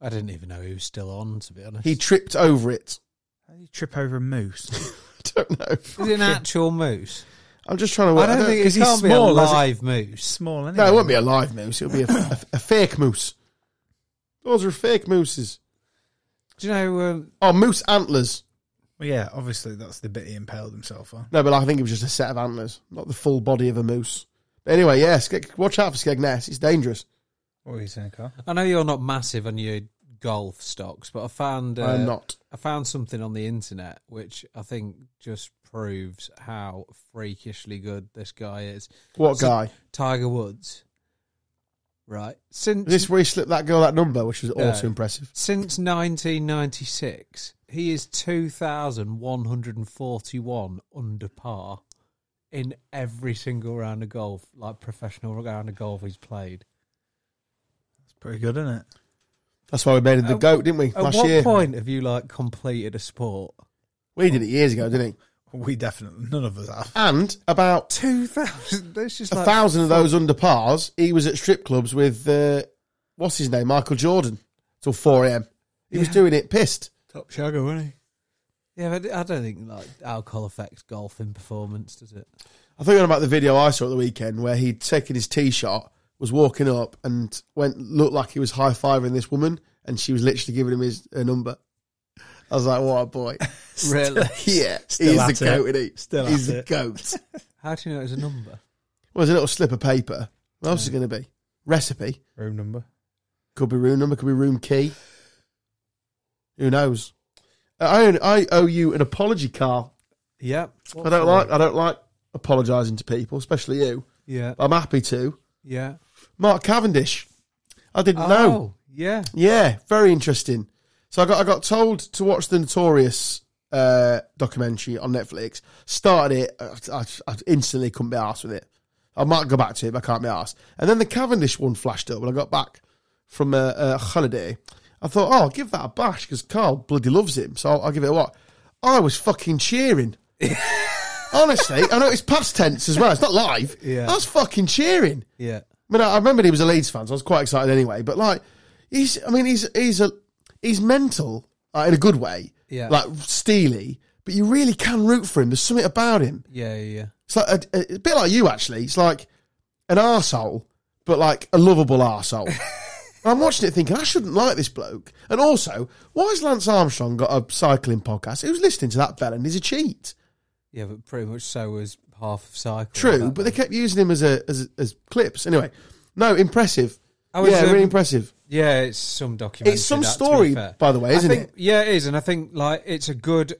S2: I didn't even know he was still on. To be honest,
S1: He tripped over it. [LAUGHS]
S3: How do you trip over a moose.
S1: Don't know.
S2: is it an actual moose.
S1: I'm just trying to. Work.
S2: I don't think it
S3: 'cause he's
S2: can't be
S3: small,
S2: a
S3: has it?
S2: live moose.
S3: Small, anyway.
S1: No, it won't be a live moose. It'll be a, a, a fake moose. Those are fake mooses.
S2: Do you know? Um,
S1: Oh, moose antlers.
S3: Well, yeah, obviously that's the bit he impaled himself on.
S1: No, but I think it was just a set of antlers, not the full body of a moose. But anyway, yeah, Skeg- watch out for Skegness. It's dangerous.
S3: What were you saying, Carl?
S2: I know you're not massive on your golf stocks, but I found uh,
S1: I'm not.
S2: I found something on the internet which I think just proves how freakishly good this guy is.
S1: What
S2: so-
S1: guy?
S2: Tiger Woods. Right. Since
S1: Is this where he slipped that girl that number, which was also
S2: No.
S1: impressive?
S2: since 1996, he is 2,141 under par in every single round of golf, like professional round of golf he's played.
S3: It's pretty good, isn't it?
S1: That's why we made him the
S2: At-
S1: goat, didn't we?
S2: At
S1: Last
S2: what
S1: year,
S2: point have you like completed a sport?
S1: we did it years ago, didn't he?
S3: We definitely, none of us have.
S1: And about
S2: 2,000. That's just
S1: a
S2: like
S1: thousand of those under pars, he was at strip clubs with uh, what's his name, Michael Jordan, till four a.m. He was
S2: Yeah.
S1: doing it pissed.
S3: Top shagger, wasn't he?
S2: Yeah, but I don't think like alcohol affects golfing performance, does
S3: [LAUGHS]
S2: it?
S1: I think about the video I saw at the weekend where he'd taken his tee shot, was walking up, and went looked like he was high fiving this woman, and she was literally giving him his her number. I was like, "What a
S3: [LAUGHS]
S1: boy!"
S2: Really?
S1: yeah,
S3: Still
S1: he's
S3: at
S1: the
S3: it.
S1: goat. Isn't he?
S3: Still
S1: he's
S3: at
S1: the
S3: it. [LAUGHS]
S1: goat.
S2: How do you know it's a number?
S1: well, it's a little slip of paper. What else is going to be? Recipe
S3: Room number.
S1: could be room number, could be room key. Who knows? Uh, I own, I owe you an apology, Carl.
S2: Yep.
S1: I don't like I don't like apologising to people, especially you.
S2: Yeah.
S1: I'm happy to.
S2: Yeah.
S1: Mark Cavendish. I didn't
S2: Oh.
S1: know.
S2: Yeah.
S1: Yeah, very interesting. So I got I got told to watch the Notorious uh, documentary on Netflix. Started it, I, I, I instantly couldn't be arsed with it. I might go back to it, but I can't be arsed. And then the Cavendish one flashed up when I got back from a, a holiday. I thought, oh, I'll give that a bash because Carl bloody loves him, so I'll, I'll give it a what. I was fucking cheering. Honestly, I know it's past tense as well. It's not live.
S2: Yeah.
S1: I was fucking cheering.
S2: Yeah.
S1: I mean, I I remembered he was a Leeds fan, so I was quite excited anyway. But like, he's, I mean, he's he's a he's mental uh, in a good way,
S2: Yeah.
S1: like steely. But you really can root for him. There's something about him.
S2: Yeah. Yeah.
S1: It's like a, a, a bit like you actually. It's like an arsehole, but like a lovable arsehole.
S2: [LAUGHS]
S1: And I'm watching it thinking I shouldn't like this bloke. And also, why has Lance Armstrong got a cycling podcast? Who's listening to that bell and he's a cheat?
S2: Yeah, but pretty much so was half of cycle.
S1: True, but they kept using him as a as, as clips. Anyway, no, impressive.
S2: I was,
S1: yeah, really
S2: um,
S1: impressive.
S2: yeah, it's some documentary.
S1: It's some
S2: that, to be
S1: story,
S2: fair.
S1: by the way,
S2: I
S1: isn't
S2: think-
S1: it?
S2: Yeah, it is, and I think like it's a good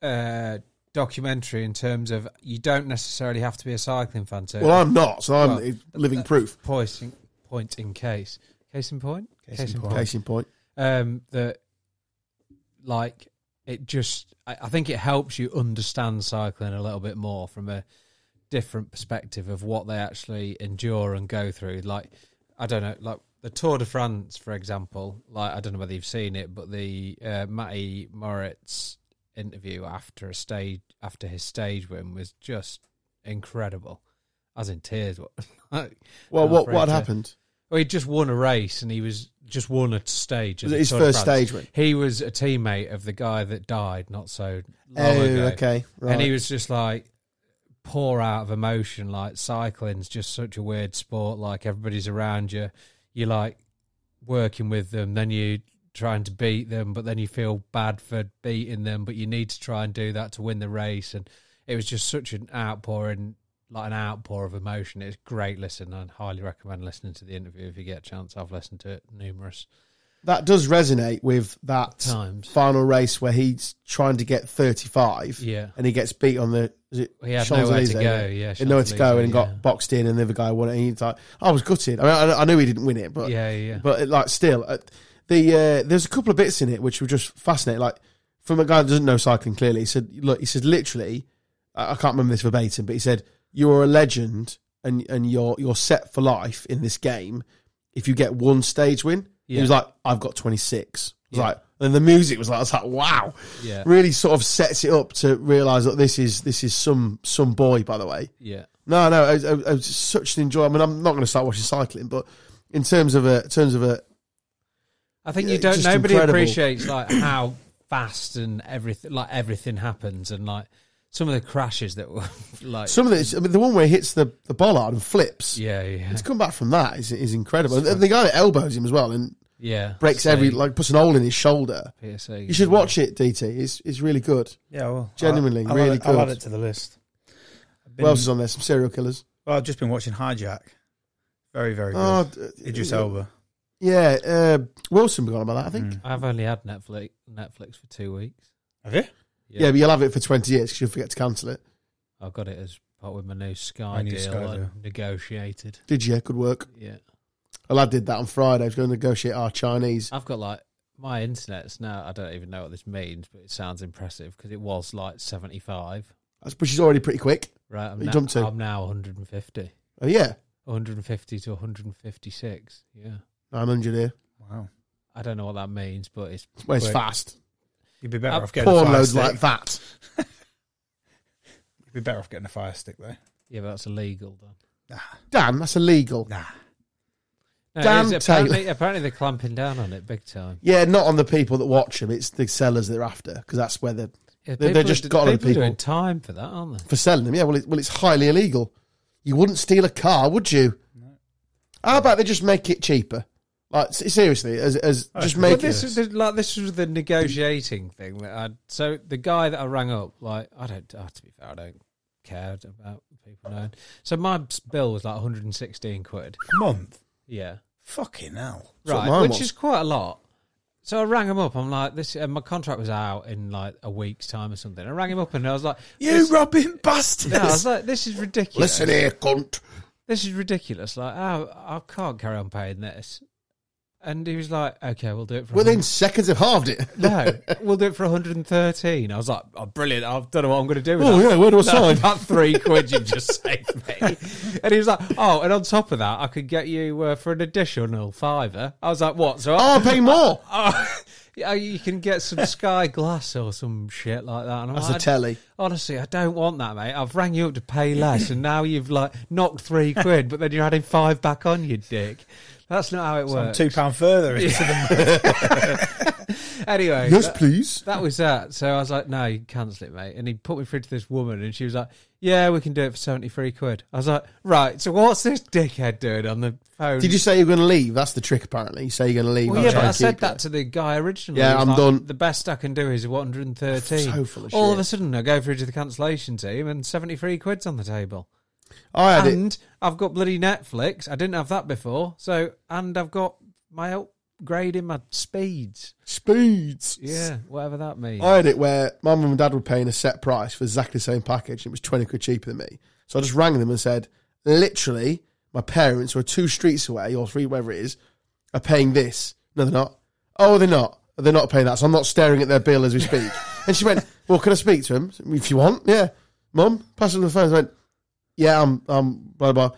S2: uh, documentary in terms of you don't necessarily have to be a cycling fan to
S1: Well, I'm not, so I'm
S2: Well,
S1: living proof.
S2: point in, point in case. Case in point.
S3: Case in point.
S1: Case in point.
S2: um, that like it just I, I think it helps you understand cycling a little bit more from a different perspective of what they actually endure and go through. Like, I don't know, like the Tour de France, for example. Like, I don't know whether you've seen it, but the uh, Matty Moritz interview after a stage after his stage win was just incredible. I was in tears. [LAUGHS] like,
S1: Well,
S2: I'm
S1: what
S2: afraid
S1: what
S2: to-
S1: happened?
S2: well, he just won a race and he was just won a stage. at
S1: Was it
S2: the
S1: his
S2: Tour de
S1: first
S2: France.
S1: stage win?
S2: He was a teammate of the guy that died not so long
S1: Oh,
S2: ago.
S1: okay, right.
S2: And he was just like pour out of emotion. Like cycling's just such a weird sport. Like everybody's around you. You're like working with them, then you trying to beat them, but then you feel bad for beating them, but you need to try and do that to win the race. And it was just such an outpouring, like an outpour of emotion. It's great listen. I highly recommend listening to the interview if you get a chance. I've listened to it numerous
S1: that does resonate with that
S2: times.
S1: final race where he's trying to get 35
S2: Yeah.
S1: and he gets beat on the is it
S2: He had nowhere to
S1: Champs-Élysées?
S2: go, yeah,
S1: he had nowhere to go and
S2: Champs-Élysées, yeah.
S1: got boxed in and the other guy won it and he's like I was gutted I mean I, I knew he didn't win it but
S2: Yeah, yeah.
S1: but it, like still uh, the uh, there's a couple of bits in it which were just fascinating like from a guy that doesn't know cycling clearly he said look he said literally I I can't remember this verbatim but he said you're a legend and and you're you're set for life in this game if you get one stage win he
S2: Yeah.
S1: was like I've got 26 It was like and the music was like I was like wow
S2: Yeah.
S1: really sort of sets it up to realize that this is this is some some boy by the way
S2: Yeah.
S1: no, no, it, it, it's such an enjoy. I mean, I'm not going to start watching cycling, but in terms of a in terms of a
S2: I think
S1: Yeah,
S2: you don't.
S1: just
S2: Nobody
S1: incredible. [CLEARS THROAT]
S2: appreciates like how fast and everything, like everything happens, and like some of the crashes that were [LAUGHS] like.
S1: some of this, I mean, the one where he hits the, the bollard and flips,
S2: yeah, yeah,
S1: to come back from that is is incredible. And the guy that elbows him as well and
S2: yeah.
S1: breaks every
S2: See,
S1: like puts an hole in his shoulder.
S2: PSA.
S1: You should watch it, DT. It's it's really good.
S3: Yeah, well,
S1: Genuinely,
S3: I'll, I'll
S1: really
S3: add it, I'll
S1: good.
S3: add it to the list. I've been-
S1: What else is on there? Some serial killers.
S3: well, I've just been watching Hijack. Very, very good.
S1: Oh, d-
S3: Idris Elba.
S1: Yeah, uh, Wilson gone about that. I think.
S3: Mm.
S2: I've only had Netflix Netflix for two weeks.
S3: Have you?
S1: Yeah. but you'll have it for twenty years because you'll forget to cancel it.
S2: I got it as part with my new Sky
S3: My new
S2: deal
S3: Sky
S2: I negotiated.
S1: Did you? Good work.
S2: Yeah,
S1: A lad did that on Friday. He's going to negotiate our Chinese.
S2: I've got like my internet's now. I don't even know what this means, but it sounds impressive because it was like seventy five.
S1: That's- But she's already pretty quick.
S2: Right, I'm
S1: You
S2: now,
S1: jumped to-
S2: I'm now 150,
S1: Oh yeah,
S2: 150 to 156. Yeah,
S1: nine hundred here.
S3: Wow.
S2: I don't know what that means, but it's
S1: Well, it's
S3: Wait.
S1: fast.
S3: You'd be better
S2: I've
S3: off getting a
S1: Porn
S3: fire
S1: loads
S3: stick.
S1: like that.
S3: You'd be better off getting a fire stick though.
S2: yeah, but that's illegal. Then.
S1: Dan, that's illegal.
S3: Nah.
S2: No, it
S1: Damn
S2: is. apparently, apparently they're clamping down on it big time.
S1: Yeah, not on the people that watch them. It's the sellers they're after because that's where they're They-
S2: Yeah,
S1: they
S2: people are-
S1: just got on
S2: people are
S1: people.
S2: doing time for that, aren't they?
S1: for selling them. Yeah, well, it, well, it's highly illegal. You wouldn't steal a car, would you? How about they just make it cheaper? Like s- seriously, as as
S3: Oh,
S1: just
S3: it's
S1: make
S2: But
S1: it.
S2: this, is the- like this was the negotiating thing that I. So the guy that I rang up, like I don't. Oh, to be fair, I don't care about people knowing. So my bill was like 116 quid.
S3: Month.
S2: Yeah.
S3: Fucking hell.
S1: That's what
S2: right,
S1: mine
S2: which
S1: was.
S2: is quite a lot. So I rang him up. I'm like, this. And my contract was out in like a week's time or something. I rang him up and I was like,
S3: You
S2: this-
S3: robbing bastards.
S2: No, I was like, this is ridiculous.
S1: Listen here, cunt.
S2: This is ridiculous. Like, oh, I can't carry on paying this. And he was like, okay, we'll do it
S1: [LAUGHS]
S2: for.
S1: Within seconds, have halved it.
S2: no, we'll do it for 113. I was like, oh, brilliant. I don't know what I'm going to do. With
S1: Oh
S2: [LAUGHS] that.
S1: yeah, where do I sign?
S2: About three quid you've just [LAUGHS] saved me. And he was like, oh, and on top of that, I could get you uh, for an additional fiver. I was like, what? So I-
S1: Oh, I'll pay more.
S2: [LAUGHS] Oh, yeah, you can get some Sky Glass or some shit like that. And I'm
S1: That's
S2: like,
S1: a telly.
S2: Honestly, I don't want that, mate. I've rang you up
S1: [COUGHS]
S2: to pay less, and now you've like knocked
S1: [LAUGHS]
S2: three quid, but then you're adding five back on, you dick. That's not how it
S3: I'm
S2: works.
S3: two pound further into the
S2: anyway,
S1: Yes,
S2: that,
S1: please.
S2: that was that. So I was like, no, you cancel it, mate. And he put me through to this woman, and she was like, yeah, we can do it for seventy three quid. I was like, right. So what's this dickhead doing on the phone?
S1: Did you say you're going to leave? That's the trick. Apparently, you say you're going to leave.
S2: Well,
S1: I'll
S2: yeah,
S1: try
S2: but I
S1: and
S2: said
S1: keep it.
S2: that to the guy originally.
S1: Yeah,
S2: He was
S1: I'm
S2: like,
S1: done.
S2: The best I can do is 113.
S1: So full of
S2: All of
S1: shit.
S2: a sudden, I go through to the cancellation team and 73 quid's on the table.
S1: I had it.
S2: and I've got bloody Netflix. I didn't have that before. So, and I've got my upgrade in my speeds.
S1: Speeds.
S2: Yeah, whatever that means.
S1: I had it where my mum and dad were paying a set price for exactly the same package. It was 20 quid cheaper than me. So I just rang them and said, literally, my parents who are two streets away or three, wherever it is, are paying this. No, they're not. Oh, they're not. They're not paying that. So I'm not staring at their bill as we speak. and she went, well, can I speak to him? If you want, yeah. Mum, pass them the phone. I went, yeah, I'm, I'm, blah, blah.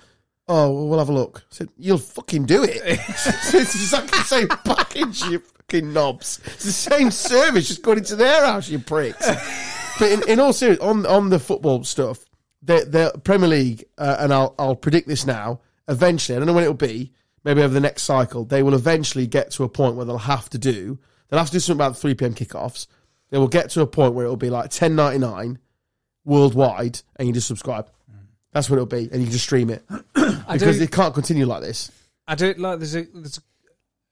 S1: Oh, well, we'll have a look. I said, you'll fucking do it. it's exactly the same package, you fucking knobs. It's the same service, just going into their house, you pricks. But in, in all seriousness, on, on the football stuff, the, the Premier League, uh, and I'll, I'll predict this now, eventually, I don't know when it'll be, maybe over the next cycle, they will eventually get to a point where they'll have to do, they'll have to do something about the 3pm kickoffs. They will get to a point where it'll be like 10.99 worldwide, and you just subscribe. That's what it'll be, and you can just stream it
S2: I
S1: because
S2: do,
S1: it can't continue like this.
S2: I do like there's a there's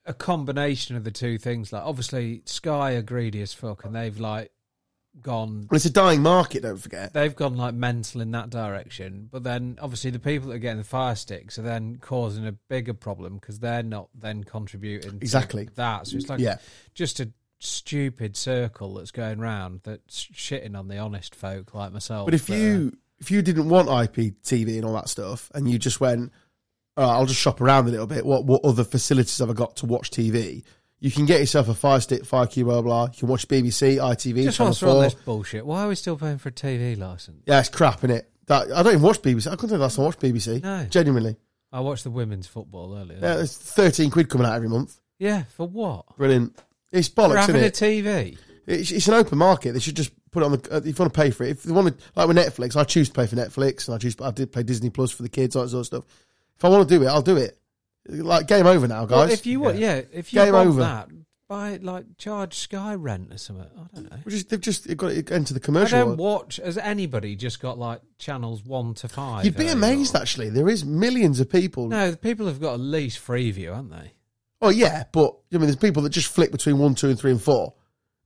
S2: a combination of the two things. Like obviously Sky are greedy as fuck, and they've like gone
S1: Well, it's a dying market. Don't forget.
S2: they've gone like mental in that direction. But then obviously the people that are getting the fire sticks are then causing a bigger problem because they're not then contributing
S1: Exactly.
S2: to that. So it's like
S1: Yeah.
S2: just a stupid circle that's going round that's shitting on the honest folk like myself.
S1: But if
S2: that are-
S1: you if you didn't want IPTV and all that stuff, and you just went, all right, I'll just shop around a little bit. What what other facilities have I got to watch TV? You can get yourself a Fire Stick, Fire Cube, blah blah. blah. You can watch BBC, ITV,
S2: just
S1: Channel
S2: whilst we're on
S1: Four.
S2: this bullshit, why are we still paying for a TV license?
S1: Yeah, it's crap in it. That I don't even watch BBC. I couldn't tell you last time I watched BBC.
S2: No.
S1: Genuinely,
S2: I watched the women's football earlier.
S1: yeah, there's thirteen quid coming out every month.
S2: Yeah, for what?
S1: Brilliant. It's
S2: For
S1: bollocks, isn't
S2: having
S1: it?
S2: a TV.
S1: It's, it's an open market. They should just put it on the. uh, If you want to pay for it, if they want to, like with Netflix, I choose to pay for Netflix, and I choose. I did pay Disney Plus for the kids, all that sort of stuff. If I want to do it, I'll do it. Like game over now, guys.
S2: Well, if you want, yeah, if you
S1: Game
S2: want
S1: over.
S2: that, buy like charge Sky rent or something. I don't know.
S1: We're just, they've just got to enter the
S2: I
S1: commercial.
S2: don't
S1: world.
S2: watch. Has anybody just got like channels one to five?
S1: You'd be
S2: anymore?
S1: amazed. Actually, there is millions of people.
S2: No, the people have got at least Freeview, haven't they?
S1: Oh yeah, but I mean, there's people that just flick between one, two, and three, and four.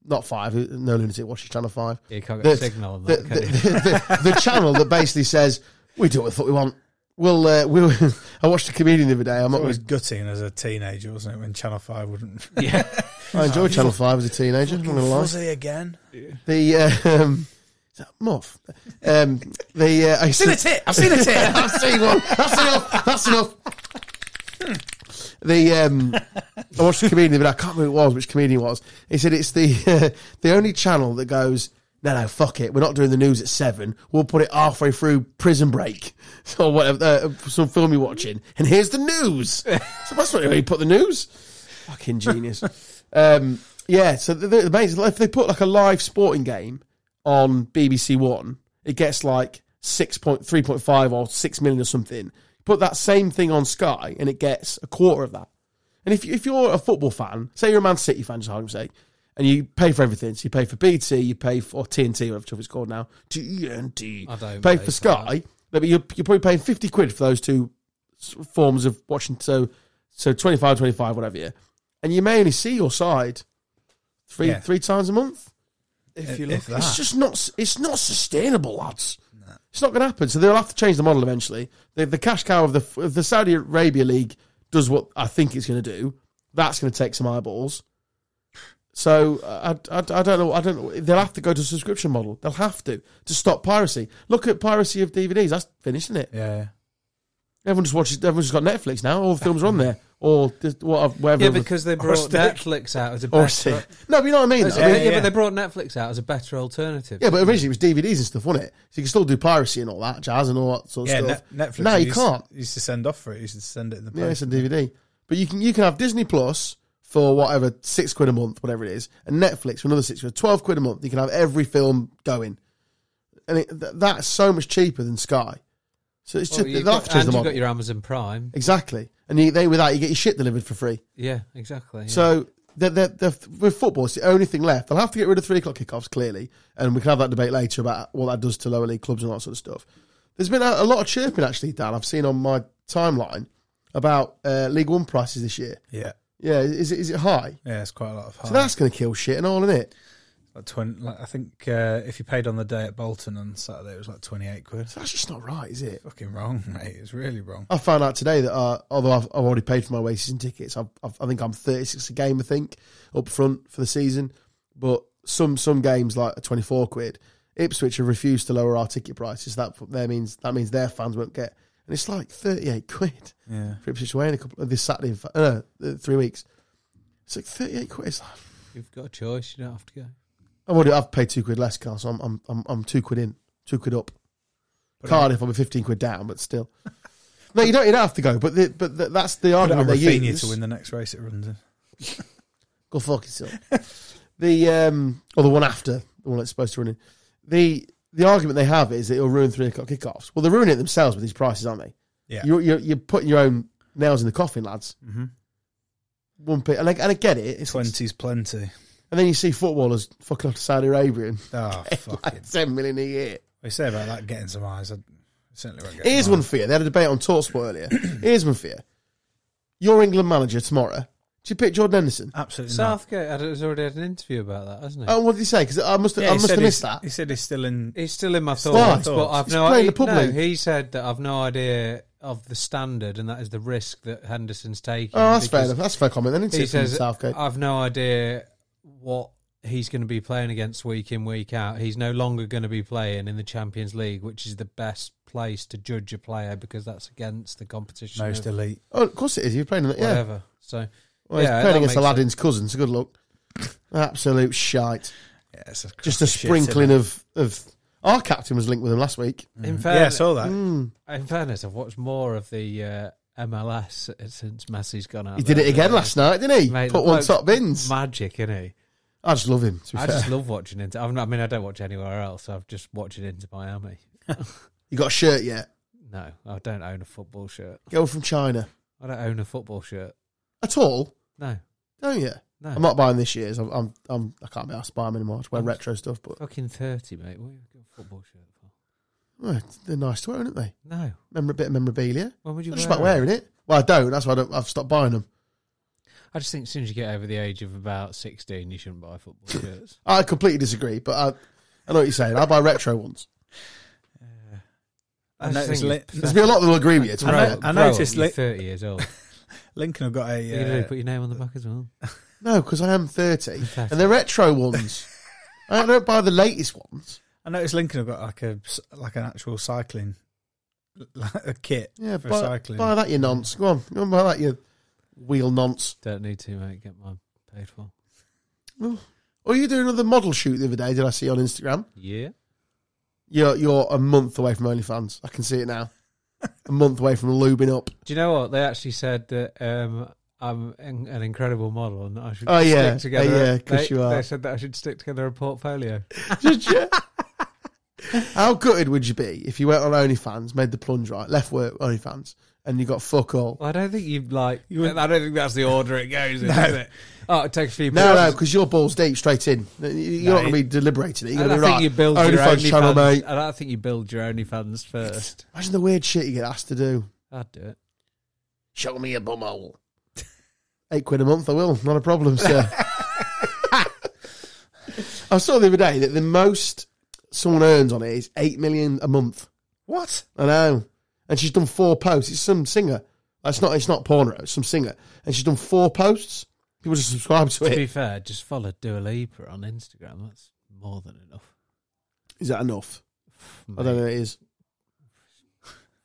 S1: Not five. No lunatic watches channel five.
S2: You can't
S1: The-
S2: get a signal on
S1: the,
S2: that.
S1: the,
S2: can you?
S1: the-
S2: [LAUGHS]
S1: the- the channel that basically says we do what the fuck we want. We'll, uh, we'll [LAUGHS] I watched a comedian the other day. I'm not
S3: It
S1: going
S3: was gutting as a teenager, wasn't it? When Channel Five
S1: [LAUGHS]
S3: wouldn't
S2: yeah,
S1: I enjoyed Channel Five as a teenager.
S3: [LAUGHS]
S1: I'm not gonna lie.
S3: fuzzy again.
S1: The uh, [LAUGHS] um, is that muff. Um, the uh, I seen it.
S3: tit. I've seen a [LAUGHS] tit.
S1: I've seen one. That's enough. That's enough. The um, I watched a comedian, but I can't remember who it was which comedian it was. He said it's the [LAUGHS] uh, the only channel that goes. No, no, fuck it. We're not doing the news at seven. We'll put it halfway through Prison Break [LAUGHS] or whatever, uh, some film you're watching. And here's the news. [LAUGHS] so that's not where you put the news. Fucking genius. [LAUGHS] um, yeah, so the, the, the basic- if they put like a live sporting game on BBC One, it gets like six point three point five or 6 million or something. Put that same thing on Sky and it gets a quarter of that. And if, you- if you're a football fan, say you're a Man City fan, just for argument's sake, and you pay for everything. So you pay for BT, you pay for or TNT, whatever the fuck it's called now. TNT.
S2: I don't
S1: Pay
S2: pay
S1: for
S2: for
S1: Sky. But you're, you're probably paying 50 quid for those two s- forms of watching. So, so 25, 25, whatever, yeah. And you may only see your side three
S3: Yeah.
S1: three times a month.
S3: If you look, that.
S1: It's just not. It's not sustainable, lads. It's not going to happen. So they'll have to change the model eventually. The, the cash cow of the of the Saudi Arabia league does what I think it's going to do. That's going to take some eyeballs. So uh, I, I, I don't know. I don't. know. They'll have to go to a subscription model. They'll have to to stop piracy. Look at piracy of DVDs. That's finished, isn't it?
S3: yeah,
S1: Everyone just watches. Everyone's got Netflix now. All the films are on there. Or just what? Wherever.
S2: yeah, because they brought
S3: stick.
S2: Netflix out as a
S1: or
S2: better.
S1: see. No, but you know what I mean.
S2: as-
S1: though? I mean,
S2: yeah,
S3: yeah.
S2: but they brought Netflix out as a better alternative.
S1: Yeah, but originally it was DVDs and stuff, wasn't it? So you can still do piracy and all that jazz and all that sort of
S3: yeah.
S1: stuff.
S3: Net- Netflix.
S1: No, you
S3: used-
S1: can't.
S3: Used to send off for it. Used to send it in the
S1: Yeah, it's
S3: post.
S1: a DVD. But you can you can have Disney Plus for whatever six quid a month, whatever it is, and Netflix for another six quid, twelve quid a month. You can have every film going, and it, th- that's so much cheaper than Sky. So it's
S2: Well,
S1: just
S2: you've
S1: they'll have
S2: got,
S1: to change
S2: and
S1: the
S2: you've
S1: model
S2: got your Amazon Prime.
S1: exactly. And you, they with that you get your shit delivered for free.
S2: Yeah, exactly. yeah.
S1: So they're, they're, they're, with football, it's the only thing left. They'll have to get rid of three o'clock kickoffs, clearly, and we can have that debate later about what that does to lower league clubs and all that sort of stuff. There's been a, a lot of chirping, actually, Dan, I've seen on my timeline about uh, League One prices this year.
S3: Yeah,
S1: Yeah, is it, is it high?
S3: yeah. It's quite a lot of.
S1: So
S3: hype.
S1: that's going to kill shit and all, isn't it?
S3: Like twenty, like I think uh, if you paid on the day at Bolton on Saturday, it was like twenty-eight quid.
S1: So that's just not right, is it?
S3: Fucking wrong, [LAUGHS] mate. It's really wrong.
S1: I found out today that uh, although I've, I've already paid for my away season tickets, I've, I've, I think I'm 36 a game. I think up front for the season, but some some games like 24 quid. Ipswich have refused to lower our ticket prices. That there means that means their fans won't get, and it's like 38 quid
S3: Yeah,
S1: for Ipswich away in a couple this Saturday. In, fa- uh, no, uh, three weeks. It's like 38 quid. It's like,
S2: you've got a choice. You don't have to go.
S1: I've already I've paid two quid less, Carl. So I'm I'm I'm, I'm two quid in, two quid up.
S3: Put it on-
S1: Cardiff, I'm a 15 quid down, but still. No, you don't. You don't have to go, but the, but the, that's the
S3: Put it on
S1: argument they
S3: Rafinha
S1: use.
S3: to win the next race it runs in.
S1: Go fuck yourself. [LAUGHS] the um, or the one after the one that's supposed to run in. The the argument they have is that it'll ruin three o'clock kickoffs. Well, they're ruining it themselves with these prices, aren't they?
S3: Yeah.
S1: You're you're, you're putting your own nails in the coffin, lads.
S3: Mm-hmm.
S1: One pick, and I, and I get it. It's
S3: Twenty's plenty.
S1: and then you see footballers fucking off to Saudi Arabia and [LAUGHS]
S3: Oh, fucking.
S1: like ten million a year.
S3: They say about that getting some eyes. I certainly won't get
S1: Here's
S3: some
S1: one for you. They had a debate on Talksport
S2: [CLEARS THROAT]
S1: earlier. Here's one for you. Your England manager tomorrow. Do you pick Jordan Henderson?
S3: eyes. Absolutely not.
S2: Southgate had, has already had an interview about that, hasn't he?
S1: Oh, what did he say? Because I must, have
S3: Yeah,
S1: I
S3: he
S1: must
S3: said
S1: have missed
S3: he's-
S1: that.
S3: He said he's still in.
S2: He's still in my
S3: Still in my
S2: thoughts, but
S3: thoughts.
S2: I've
S1: He's
S2: no
S1: playing
S2: idea.
S1: the public.
S2: No, he said that I've no idea of the standard, and that is the risk that Henderson's taking.
S1: Oh, that's fair
S2: because
S1: enough. That's a fair comment. Then isn't
S2: He
S1: it, from
S2: says, uh,
S1: Southgate?
S2: I've no idea what he's going to be playing against week in, week out. He's no longer going to be playing in the Champions League, which is the best place to judge a player because that's against the competition.
S3: Most
S2: of
S3: elite.
S1: oh, of course it is. You're playing. in the- Yeah.
S2: whatever. So,
S1: Well, he's
S2: Yeah,
S1: playing
S2: that
S1: against
S2: makes
S1: Aladdin's cousin. So good luck. Absolute shite.
S3: Yeah, it's a
S1: Just a sprinkling of of. Our captain was linked with him last week.
S2: in
S3: Yeah, I
S2: fairness,
S3: saw that.
S1: Mm.
S2: in fairness, I've watched more of the uh, MLS since Messi's gone out.
S1: He did
S2: there.
S1: it again last night, didn't he?
S2: Mate,
S1: Put
S2: the
S1: one
S2: bloke's
S1: top bins.
S2: Magic, isn't he?
S1: I just love him. To be
S2: I
S1: fair.
S2: just love watching into. I'm not, I mean, I don't watch anywhere else. I've just watched it into Miami.
S1: You got a shirt yet?
S2: No, I don't own a football shirt.
S1: Go from China
S2: I don't own a football shirt.
S1: at all?
S2: No,
S1: Don't you?
S2: no.
S1: I'm not buying this year's. I'm, I'm, I'm I can't be asked to buy them anymore. I just wear retro stuff, but
S2: fucking thirty, mate. What are you got a football shirt for?
S1: oh, they're nice to wear, aren't they?
S2: No.
S1: Memor- bit of memorabilia.
S2: When would
S1: I'm
S2: you wear
S1: just about
S2: it?
S1: wearing it. Well, I don't. That's why I don't, I've stopped buying them.
S2: I just think as soon as you get over the age of about sixteen, you shouldn't
S1: [LAUGHS]
S2: buy football shirts.
S1: I completely disagree, but I, I know what you're saying. I buy retro ones.
S3: I
S2: just
S3: noticed
S2: think-
S3: Lin-
S1: There's been a lot that will agree with you. To be
S3: I know-
S1: fair.
S3: I
S2: Grow up,
S3: noticed
S2: you're
S3: li-
S2: thirty
S1: [LAUGHS]
S2: years old.
S3: Lincoln have got
S2: You're gonna
S3: a. uh, [LAUGHS]
S2: put your name on the back as well.
S1: No, because I am 30,
S2: Fantastic.
S1: and they're retro ones. I don't buy the latest ones.
S3: I noticed Lincoln have got like a s- like an actual cycling like a kit.
S1: Yeah,
S3: For
S1: buy,
S3: cycling.
S1: buy that, you nonce. Go on, go on, buy that, you wheel nonce.
S2: Don't need to, mate. Get mine paid for.
S1: Or Oh, you doing another model shoot the other day? Did I see on Instagram?
S2: Yeah.
S1: You're you're a month away from OnlyFans. I can see it now. a month away from lubing
S2: [LAUGHS]
S1: up.
S2: Do you know what they actually said that um, I'm in, an incredible model and that I should
S1: Oh, yeah.
S2: stick together?
S1: Oh, yeah, 'cause
S2: they,
S1: you are.
S2: They said that I should stick together a portfolio.
S1: Did you? [LAUGHS] How gutted would you be if you went on OnlyFans, made the plunge right, left work OnlyFans, and you got fuck all?
S2: Well, I don't think you'd like.
S3: You wouldn't-
S2: I don't think that's the order it goes in, is it? Oh, it takes a few.
S1: No, no,
S2: pictures.
S1: because your balls deep straight in. You're not going to be deliberating it. You're
S2: And I
S1: going to
S2: think
S1: be right.
S2: you build your
S1: OnlyFans channel,
S2: OnlyFans.
S1: mate.
S2: I don't think you build your OnlyFans first.
S1: Imagine the weird shit you get asked to do.
S2: I'd do it.
S1: Show me a bumhole. [LAUGHS] Eight quid a month, I will. Not a problem, sir. [LAUGHS] I saw the other day that the most someone earns on it is eight million a month.
S3: What?
S1: I know. And she's done four posts. It's some singer. It's not. It's not porno. It's some singer. And she's done four posts. People just subscribe to
S2: To be
S1: it.
S2: fair, just follow Dua Lipa on Instagram. That's more than enough.
S1: Is that enough? I don't know. It is. [LAUGHS]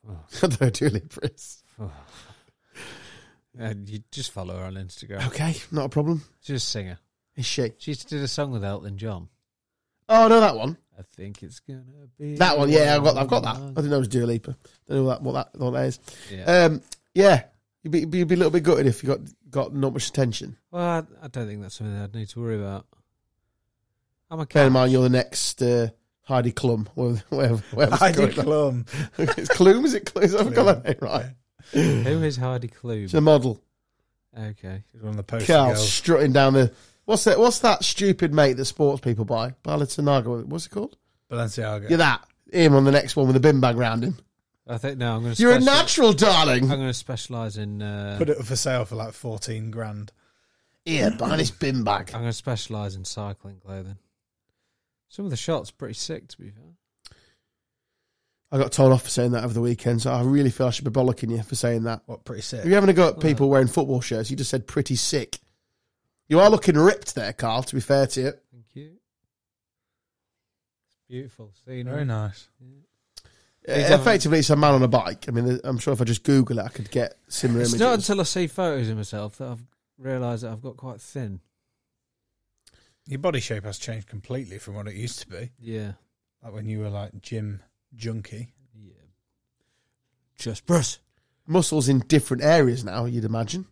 S2: Oh.
S1: I don't know. Dua Lipa is.
S2: Uh, you just follow her on Instagram.
S1: Okay, not a problem.
S2: She's a singer.
S1: Is she?
S2: She did a song with Elton John.
S1: Oh no, that one.
S2: I think it's gonna be
S1: That one. Yeah, I've got. I've got that. I didn't know it was Dua Lipa. Don't know that, what that. What that is.
S2: Yeah.
S1: Um. Yeah. You'd be, you'd be a little bit gutted if you got got not much attention.
S2: well, I, I don't think that's something I'd need to worry about. I'm a
S1: Bear
S2: cat.
S1: in mind, you're the next uh, Heidi Klum. Whatever. [LAUGHS] whatever,
S3: [LAUGHS]
S1: whatever's
S3: Heidi
S1: going on. [LAUGHS]
S3: Klum.
S1: it's Klum. Is it Klum? Is- I've got that name right.
S2: Who is Hardy Klum?
S1: She's a model.
S2: okay.
S3: She's one of the poster
S1: Carl
S3: girls.
S1: strutting down the what's that? What's that stupid mate that sports people buy? Balenciaga. What's it called?
S3: Balenciaga.
S1: You're that him on the next one with a bin bag round him.
S2: I think no. I'm going to.
S1: You're a natural, darling.
S2: I'm going to specialize in. Uh,
S3: Put it up for sale for like fourteen grand.
S1: Here, buy this bin bag.
S3: [LAUGHS]
S2: I'm going to specialize in cycling clothing. Some of the shots are pretty sick, to be fair.
S1: I got told off for saying that over the weekend, so I really feel I should be bollocking you for saying that.
S3: What pretty
S1: If
S3: sick.
S1: You're having a go at people wearing football shirts. You just said pretty sick. You are looking ripped there, Carl. To be fair to you,
S2: Thank you. It's beautiful scenery.
S3: Very nice.
S2: He's
S1: Uh, effectively, it's a man on a bike. I mean, I'm sure if I just Google it, I could get similar
S2: It's
S1: images.
S2: not until I see photos of myself that I've realised that I've got quite thin.
S3: Your body shape has changed completely from what it used to be.
S2: Yeah.
S3: Like when you were like gym junkie.
S2: Yeah. Just Bruce.
S1: Muscles in different areas now, you'd imagine,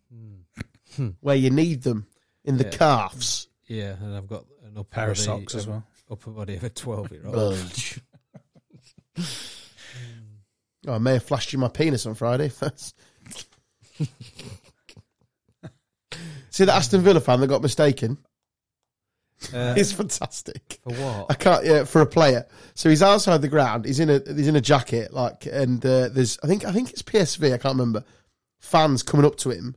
S1: where you need them in the
S2: Hmm. Yeah.
S1: calves.
S2: Yeah, and I've got an upper
S3: pair of
S2: body-
S3: socks as
S2: um,
S3: well.
S2: Upper body of a twelve-year-old.
S1: [LAUGHS] Bulge. oh, I may have flashed you my penis on Friday. That's- [LAUGHS] See the Aston Villa fan that got mistaken. [LAUGHS]
S2: Uh,
S1: It's fantastic.
S2: for
S1: I
S2: what?
S1: can't yeah, for a player. So he's outside the ground. He's in a he's in a jacket like, and uh, there's I think I think it's PSV. I can't remember. Fans coming up to him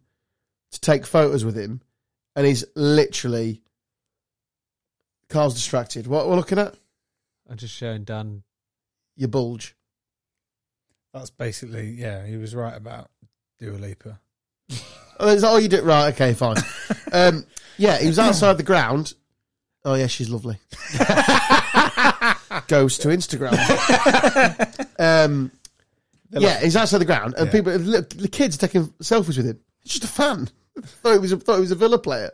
S1: to take photos with him, and he's literally. Carl's distracted. What we're looking at?
S2: I'm just showing Dan.
S1: Your bulge.
S3: That's basically yeah. He was right about Dua [LAUGHS] Lipa.
S1: Oh, is that all you did? Right. Okay.
S3: [LAUGHS]
S1: Fine. um, yeah, he was outside the ground. Oh yeah, she's
S3: [LAUGHS]
S1: lovely. Goes to Instagram. um, yeah, he's outside the ground, and
S3: Yeah.
S1: people, look, the kids are taking selfies with him. He's just a fan. thought he was a, thought he was a Villa player.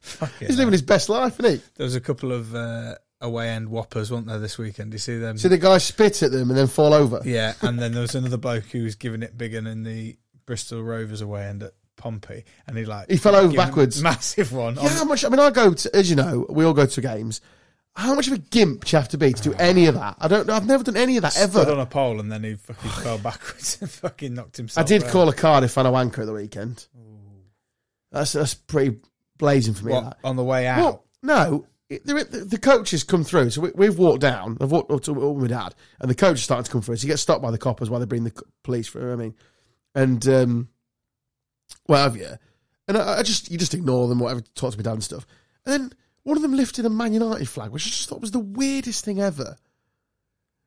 S3: Fucking
S1: He's
S3: hell.
S1: living his best life, isn't he?
S3: There was a couple of uh, away end whoppers, weren't there, this weekend? You see them?
S1: See the guy spit at them and then fall over.
S3: yeah, and then there was another bloke who was giving it big un in the Bristol Rovers away end at Pompey, and he like
S1: He fell over
S3: gave him a
S1: backwards.
S3: massive one.
S1: Yeah,
S3: on-
S1: how much? I mean, I go to, as you know, we all go to games. How much of a gimp do you have to be to do any of that? I don't know. I've never done any of that
S3: stood
S1: ever.
S3: on a pole, and then he fucking fell backwards and fucking knocked
S1: I
S3: himself.
S1: did
S3: out.
S1: call a Cardiff fan a wanker at the weekend. That's that's pretty blazing for me.
S3: What,
S1: that.
S3: on the way out.
S1: Well, no, it, the, the, the coaches come through. So we, we've walked down. I've walked up to up with my dad, and the coach is starting to come through. So he gets stopped by the coppers while they bring the co- police through. I mean, and um, what have you? And I, I just you just ignore them, whatever. Talk to my dad and stuff. And then one of them lifted a Man United flag, which I just thought was the weirdest thing ever.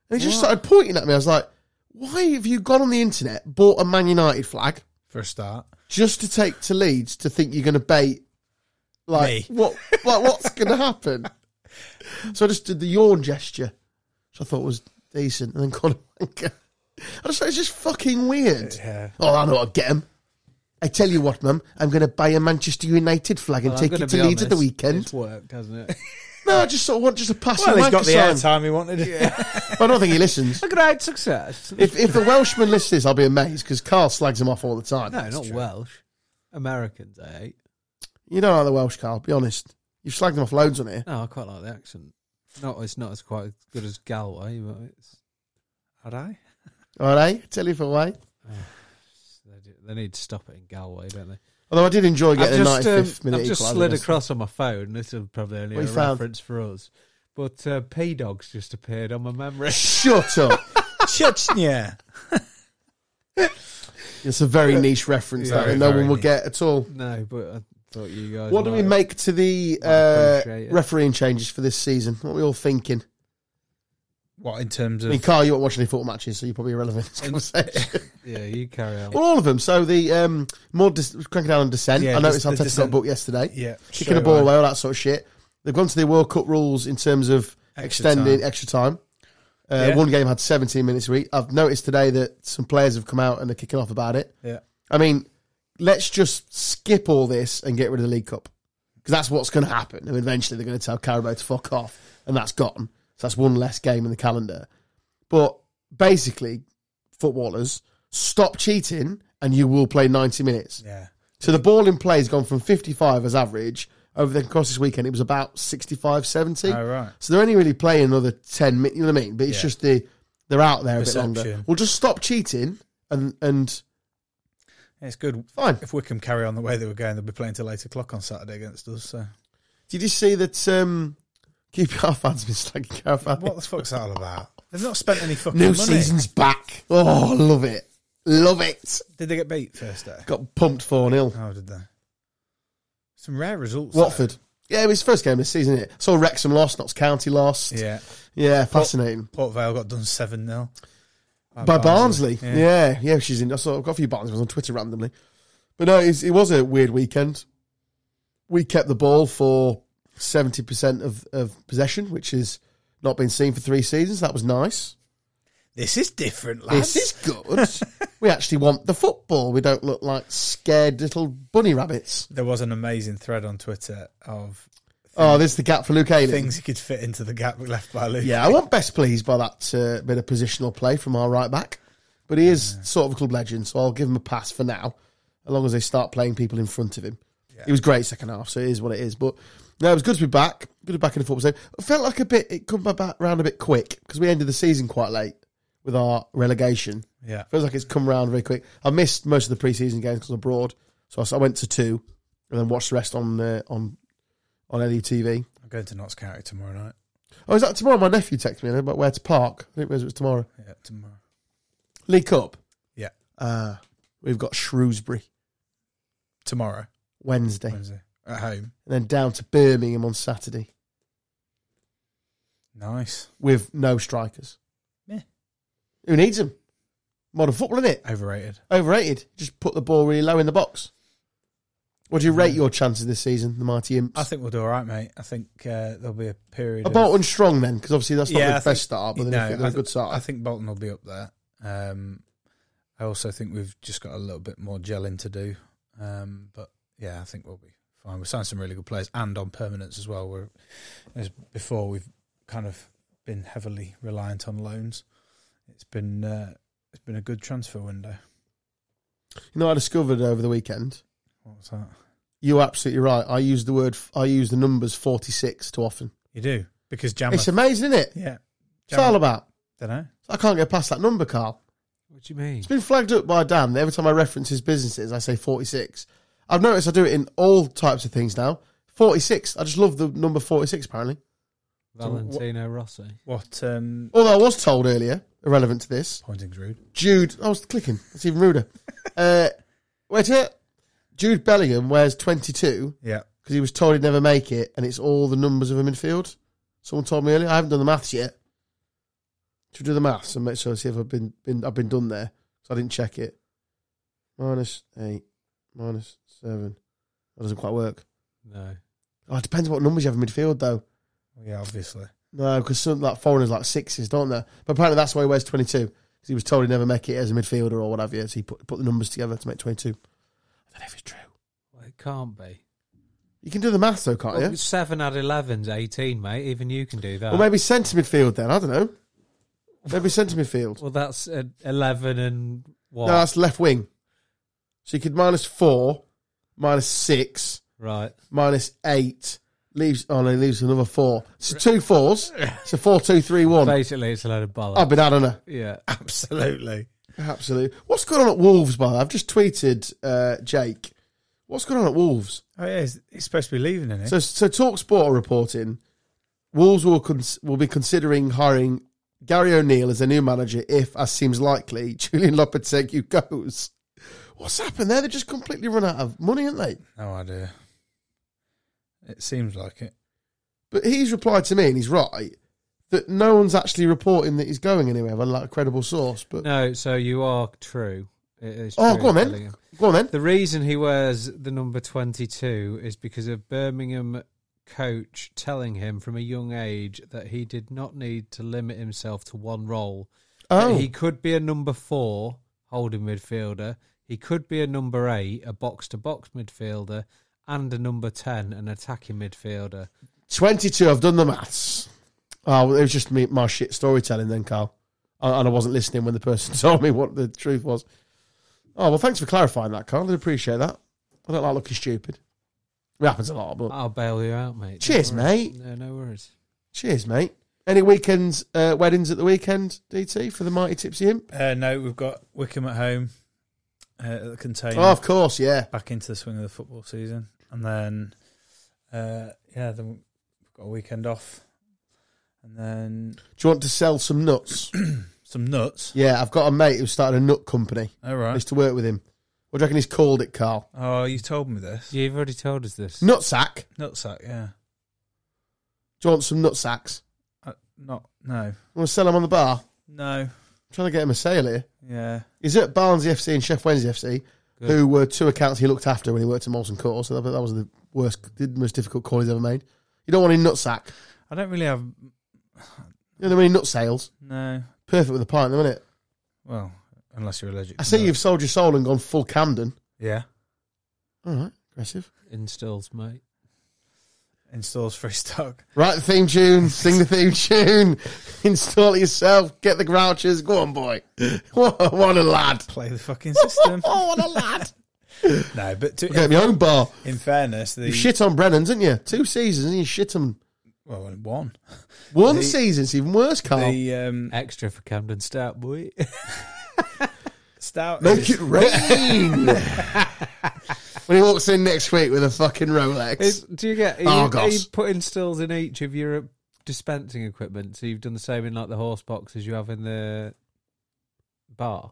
S1: And he just started pointing at me. I was like, "Why have you gone on the internet, bought a Man United flag?"
S3: for a start.
S1: just to take to Leeds to think you're going to bait. Like
S3: Me.
S1: what? Like what's going to happen? So I just did the yawn gesture, which I thought was decent, and then called him a wanker. I just thought it's just fucking weird.
S3: Yeah.
S1: Oh, I know what I'll get him. I tell you what, mum, I'm going to buy a Manchester United flag and
S2: Well, I'm
S1: take
S2: gonna
S1: it to
S2: be
S1: Leeds at the
S2: honest,
S1: weekend.
S2: It's worked, hasn't it?
S1: No, I just sort of want just a pass.
S3: Well, he's got the
S1: sign.
S3: airtime he wanted. [LAUGHS] Yeah.
S1: I don't think he listens.
S2: a great success.
S1: If if the Welshman listens, to this, I'll be amazed because Carl slags him off all the time.
S2: No, not Welsh. Americans, eh? I hate.
S1: You don't like the Welsh, Carl. Be honest. You've slagged him off loads on here.
S2: No, I quite like the accent. Not, it's not as quite as good as Galway, but it's
S3: Had I?
S1: All right, tell you for why.
S2: they, do, they need to stop it in Galway, don't they?
S1: Although I did enjoy getting
S2: I've
S1: a
S2: um,
S1: 95th minute
S2: I've just
S1: equaliser.
S2: slid across on my phone. This is probably only
S1: What
S2: a
S1: you found?
S2: reference for us. But uh, P Dogs just appeared on my
S1: [LAUGHS]
S2: memory. [LAUGHS]
S1: Shut up!
S3: Chechnya.
S1: It's a very niche reference
S3: Very,
S1: that no
S3: very
S1: one will
S3: niche.
S1: get at all.
S2: no, but I thought you guys.
S1: What do we
S2: might-
S1: make to the
S2: I
S1: uh,
S2: appreciate it.
S1: refereeing changes for this season? What are we all thinking?
S3: What in terms
S1: I
S3: of
S1: mean, Carl, you won't watch any football matches, so you're probably irrelevant. to this conversation. [LAUGHS]
S2: Yeah, you carry on.
S1: well, all of them. So the um, more dis- cracking down on dissent.
S3: Yeah,
S1: I noticed
S3: just the
S1: Arteta got
S3: dissent.
S1: booked yesterday.
S3: yeah
S1: kicking
S3: straight
S1: a ball
S3: away.
S1: away, all that sort of shit. They've gone to the World Cup rules in terms of
S3: Extra
S1: extending
S3: time.
S1: extra time. Uh,
S3: Yeah.
S1: One game had 17 minutes a week. I've noticed today that some players have come out and they're kicking off about it.
S3: Yeah.
S1: I mean, let's just skip all this and get rid of the League Cup because that's what's going to happen. And eventually they're going to tell Carabao to fuck off, and that's gone. So that's one less game in the calendar. But basically, footballers stop cheating, and you will play 90 minutes.
S3: Yeah.
S1: So the ball in play has gone from 55 as average over the across this weekend. It was about 65, 70.
S3: Oh, right.
S1: So they're only really playing another 10 minutes. You know what I mean? But it's
S3: Yeah.
S1: just the they're out there a bit longer.
S3: Perception.
S1: We'll just stop cheating and and
S3: It's good.
S1: fine.
S3: If Wickham carry on the way they were going, they'll be playing till eight o'clock on Saturday against us. So
S1: Did you see that? Um, QPR fans been slagging Carabao.
S3: what the fuck's that all about? They've not spent any fucking
S1: New
S3: money.
S1: season's back. Oh, love it, love it.
S3: Did they get beat first day?
S1: Got pumped four 0
S3: How did they? Some rare results. though.
S1: Watford. Yeah, it was first game of the season. Isn't it saw Wrexham lost, Notts County lost. Yeah,
S3: Yeah.
S1: fascinating.
S3: Port Vale got done 7 0.
S1: by Barnsley. Yeah. yeah, she's in. I saw I've got a few Barnsley fans on Twitter randomly, but no, it's, it was a weird weekend. We kept the ball for seventy percent of, of possession, which is not been seen for three seasons. That was nice.
S3: This is different, lads.
S1: This is good. [LAUGHS] we actually want the football. We don't look like scared little bunny rabbits.
S3: There was an amazing thread on Twitter of
S1: Oh, there's the gap for Luke Ayling.
S3: things he could fit into the gap left by Luke.
S1: Yeah, I want best pleased by that uh, bit of positional play from our right back. But he is sort of a club legend, so I'll give him a pass for now, as long as they start playing people in front of him. He was great second half, so it is what it is. But no, it was good to be back. Good to be back in the football stadium. It felt like a bit, it come back round a bit quick because we ended the season quite late with our relegation.
S3: Yeah.
S1: Feels like it's come round very quick. I missed most of the preseason games because abroad, so I s- I went to two and then watched the rest on uh, on on LUTV.
S3: I'm going to Notts County tomorrow night.
S1: Oh, is that tomorrow? My nephew texted me about where to park. I think it was it was tomorrow.
S3: Yeah, tomorrow.
S1: League Cup.
S3: Yeah.
S1: Uh, we've got Shrewsbury
S3: Tomorrow,
S1: Wednesday, and
S3: Wednesday, at home.
S1: then down to Birmingham on Saturday
S3: Nice.
S1: with no strikers.
S3: Meh.
S1: Who needs them? Modern football, isn't it?
S3: Overrated.
S1: Overrated. Just put the ball really low in the box. What do you rate your chances this season, the Mighty Imps?
S3: I think we'll do all right, mate. I think uh, there'll be a period. of-
S1: Bolton strong then, because obviously that's not
S3: Yeah,
S1: the
S3: I
S1: best
S3: think-
S1: start, but then
S3: No,
S1: I think
S3: I
S1: they're a
S3: th-
S1: good start.
S3: I think Bolton will be up there. Um, I also think we've just got a little bit more gelling to do. Um, but yeah, I think we'll be fine. We've signed some really good players and on permanence as well. We're, as before, we've kind of been heavily reliant on loans. It's been uh, it's been a good transfer window.
S1: you know, what I discovered over the weekend.
S3: What was that?
S1: You're absolutely right. I use the word. I use the numbers forty six too often.
S3: You do because Jammer.
S1: It's amazing, isn't it?
S3: yeah,
S1: It's all about.
S3: don't know.
S1: I can't get past that number, Carl.
S2: What do you mean?
S1: It's been flagged up by Dan. that Every time I reference his businesses, I say forty six. I've noticed I do it in all types of things now. Forty six. I just love the number forty six. Apparently,
S2: Valentino Rossi.
S3: What um,
S1: although I was told earlier, irrelevant to this,
S3: pointing's rude.
S1: Jude. I was clicking. That's even ruder. uh, wait a minute. Jude Bellingham wears twenty two.
S3: Yeah,
S1: because he was told he'd never make it, and it's all the numbers of a midfield. Someone told me earlier. I haven't done the maths yet. Should we do the maths and make sure see if I've been been I've been done there? So I didn't check it. Minus eight, minus seven. That doesn't quite work.
S2: No.
S1: Oh, it depends what numbers you have in midfield though.
S3: yeah, obviously.
S1: No, because some like foreigners like sixes, don't they? But apparently that's why he wears twenty two because he was told he'd never make it as a midfielder or what have you. So he put put the numbers together to make twenty two. I don't know if it's true.
S2: Well, it can't be.
S1: You can do the maths though, can't
S2: Well,
S1: you?
S2: Seven out of eleven's eighteen, mate. Even you can do that.
S1: Or maybe centre midfield then. I don't know. Maybe centre midfield.
S2: Well, that's uh, eleven and what?
S1: No, that's left wing. So you could minus four, minus six,
S2: right.
S1: minus eight. Leaves. Oh no, leaves another four. So two fours. So four, two, three, one.
S2: Basically, it's a load of bollocks.
S1: I've been had on her.
S2: yeah.
S3: Absolutely.
S1: [LAUGHS] Absolutely. What's going on at Wolves? By the way, I've just tweeted uh, Jake. What's going on at Wolves?
S3: Oh yeah, he's, he's supposed to be leaving, isn't he?
S1: So, so Talk Sport are reporting Wolves will cons- will be considering hiring Gary O'Neill as their new manager if, as seems likely, [LAUGHS] Julian Lopetegui goes. What's happened there? They just completely run out of money, haven't they?
S3: No idea. Oh, It seems like it.
S1: But he's replied to me, and he's right that no one's actually reporting that he's going anywhere, like a credible source. But
S2: No, so you are true. It is
S1: oh,
S2: true,
S1: go on then,
S2: Bellingham.
S1: go on then.
S2: The reason he wears the number 22 is because of Birmingham coach telling him from a young age that he did not need to limit himself to one role. That
S1: Oh,
S2: He could be a number 4 holding midfielder, he could be a number 8, a box to box midfielder, and a number 10, an attacking midfielder.
S1: 22, I've done the maths. Oh, well, it was just me, my shit storytelling then, Carl. And and I wasn't listening when the person [LAUGHS] told me what the truth was. Oh, well, thanks for clarifying that, Carl. I appreciate that. I don't like looking stupid. It happens a lot, but
S2: I'll bail you out, mate. Don't
S1: Cheers,
S2: worry.
S1: mate.
S2: No, no worries.
S1: cheers, mate. Any weekends, uh, weddings at the weekend, DT, for the mighty tipsy imp?
S3: Uh, no, we've got Wickham at home uh, at the container.
S1: Oh, of course, yeah.
S3: Back into the swing of the football season, and then uh, yeah, then we've got a weekend off, and then
S1: Do you want to sell some nuts?
S3: some nuts.
S1: yeah, I've got a mate who started a nut company.
S3: All
S1: I
S3: right.
S1: used to work with him. What do you reckon he's called it, Carl?
S3: Oh, you told me this.
S2: You've already told us this.
S1: Nutsack.
S3: Nutsack, yeah.
S1: Do you want some nutsacks?
S3: Uh, not no,
S1: You want to sell them on the bar? I'm
S3: no,
S1: trying to get him a sale here.
S3: yeah.
S1: He's at Barnsley FC and Chef Wednesday FC,
S2: Good.
S1: who were two accounts he looked after when he worked at Molson Court. So that, that was the worst, the most difficult call he's ever made. You don't want any nutsack.
S3: I don't really have
S1: You don't have any nut sales.
S3: no.
S1: Perfect with a pint, though, isn't it?
S3: Well, unless you're allergic.
S1: I
S3: to
S1: see
S3: nuts.
S1: you've sold your soul and gone full Camden.
S3: Yeah.
S1: All right, aggressive.
S2: Instills, mate.
S3: installs free stock. [LAUGHS]
S1: Write the theme tune, sing the theme tune, [LAUGHS] install it yourself, get the grouches. Go on, boy. [LAUGHS] What a, what a lad.
S3: Play
S1: [LAUGHS]
S3: the fucking system.
S1: Oh, what a
S3: [LAUGHS]
S1: lad.
S3: no, but to,
S1: Get my own bar.
S3: in fairness, the
S1: You shit on Brennan, didn't you? Two seasons, and you shit on
S3: well one
S1: one season's even worse, Carl.
S3: the um,
S2: Extra for Camden Stout, boy. [LAUGHS]
S3: stout.
S1: Make it [LAUGHS] rain. when he walks in next week with a fucking Rolex.
S2: Is, do you get? Are you,
S1: Oh,
S2: are you
S1: gosh.
S2: putting stills in each of your uh, dispensing equipment? So you've done the same in like the horse box as you have in the bar.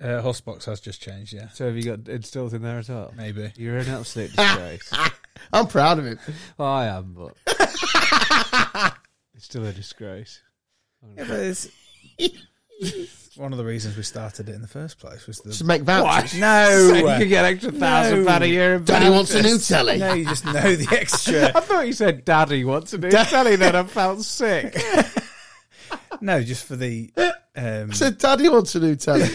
S3: uh, Horsebox has just changed. Yeah,
S2: So have you got in stills in there as well?
S1: [LAUGHS]
S3: maybe.
S2: You're an absolute disgrace.
S1: I'm proud of him.
S2: well, I am, but it's still a disgrace.
S3: Yeah, but it's [LAUGHS] one of the reasons we started it in the first place was
S1: Just
S3: the
S1: make vouchers.
S3: no.
S2: [LAUGHS] So you could get extra thousand
S3: No.
S2: pound a year. In
S1: Daddy wants a new
S2: vouchers.
S1: telly.
S3: no, you just know the
S2: I
S1: [LAUGHS]
S3: extra.
S2: thought you said Daddy wants a new telly. Then I felt sick.
S3: No, just for the. Um,
S1: I said, Daddy wants a new telly.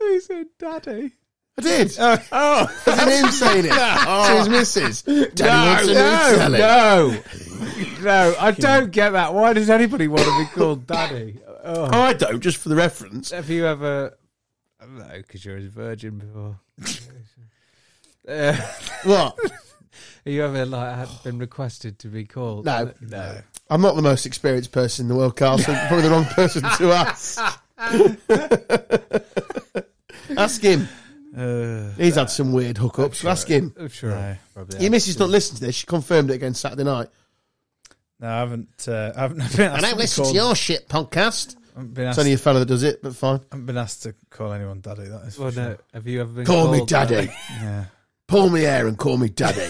S2: he said Daddy.
S1: I [LAUGHS] did.
S3: oh, oh,
S1: It's him saying it. To his missus. Daddy wants a new
S2: no,
S1: telly.
S2: no, no, I don't get that. Why does anybody want to be called daddy? Oh.
S1: Oh, I don't, just for the reference.
S2: Have you ever? I don't know, because you're a virgin before. [LAUGHS] Uh, have
S1: What?
S2: you ever like had been requested to be called?
S1: No.
S2: no.
S1: I'm not the most experienced person in the world, Carl, so you're probably the wrong person to [LAUGHS] ask. ask him.
S3: uh,
S1: He's had some weird hookups. Ask him.
S2: I'm Oh, sure.
S3: No.
S2: Probably.
S1: Your missus not listening to this. She confirmed it again Saturday night.
S3: no, I haven't. Uh, I haven't [LAUGHS] been. Asked
S1: I
S3: be
S1: don't listen
S3: called-
S1: to your shit podcast.
S3: I haven't been
S1: It's
S3: asked,
S1: only a fella that does it, but fine.
S3: I haven't been asked to call anyone daddy. That is. for
S2: Well,
S3: sure.
S2: no. Have you ever been
S1: Call me
S2: called that?
S1: daddy.
S3: Yeah.
S1: Pull me hair and call me [LAUGHS] daddy.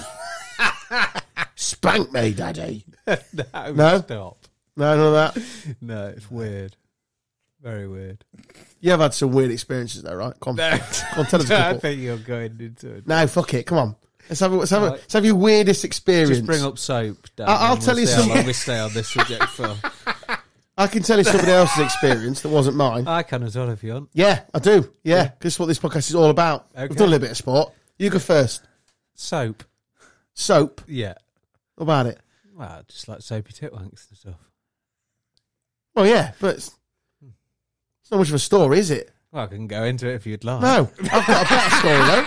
S1: Spank me, daddy.
S2: no,
S1: No?
S2: Stop.
S1: No, none of that.
S2: No, it's weird. Very weird. [LAUGHS]
S1: You have had some weird experiences though, right? Come on,
S2: No,
S1: come on tell
S2: [LAUGHS]
S1: us a
S2: I
S1: couple.
S2: think you're going into it.
S1: No, fuck it. Come on. Let's have, a, let's, have a,
S2: Right.
S1: let's have your weirdest experience.
S2: Just bring up soap. Dan,
S1: I- I'll
S2: and
S1: tell
S2: we'll
S1: you
S2: see
S1: something.
S2: How long we stay on this subject for?
S1: I can tell you
S2: [LAUGHS]
S1: somebody else's experience that wasn't mine.
S2: I can as well if you want.
S1: Yeah, I do. Yeah, this is what this podcast is all about. i We've
S2: Okay.
S1: done a little bit of sport. You go first.
S2: Soap.
S1: Soap.
S2: Yeah.
S1: What about it?
S2: Well, just like soapy titwanks and stuff.
S1: Well, yeah, but it's, it's not much of a story, is it?
S2: Well, I can go into it if you'd like.
S1: No, I've got a better story though.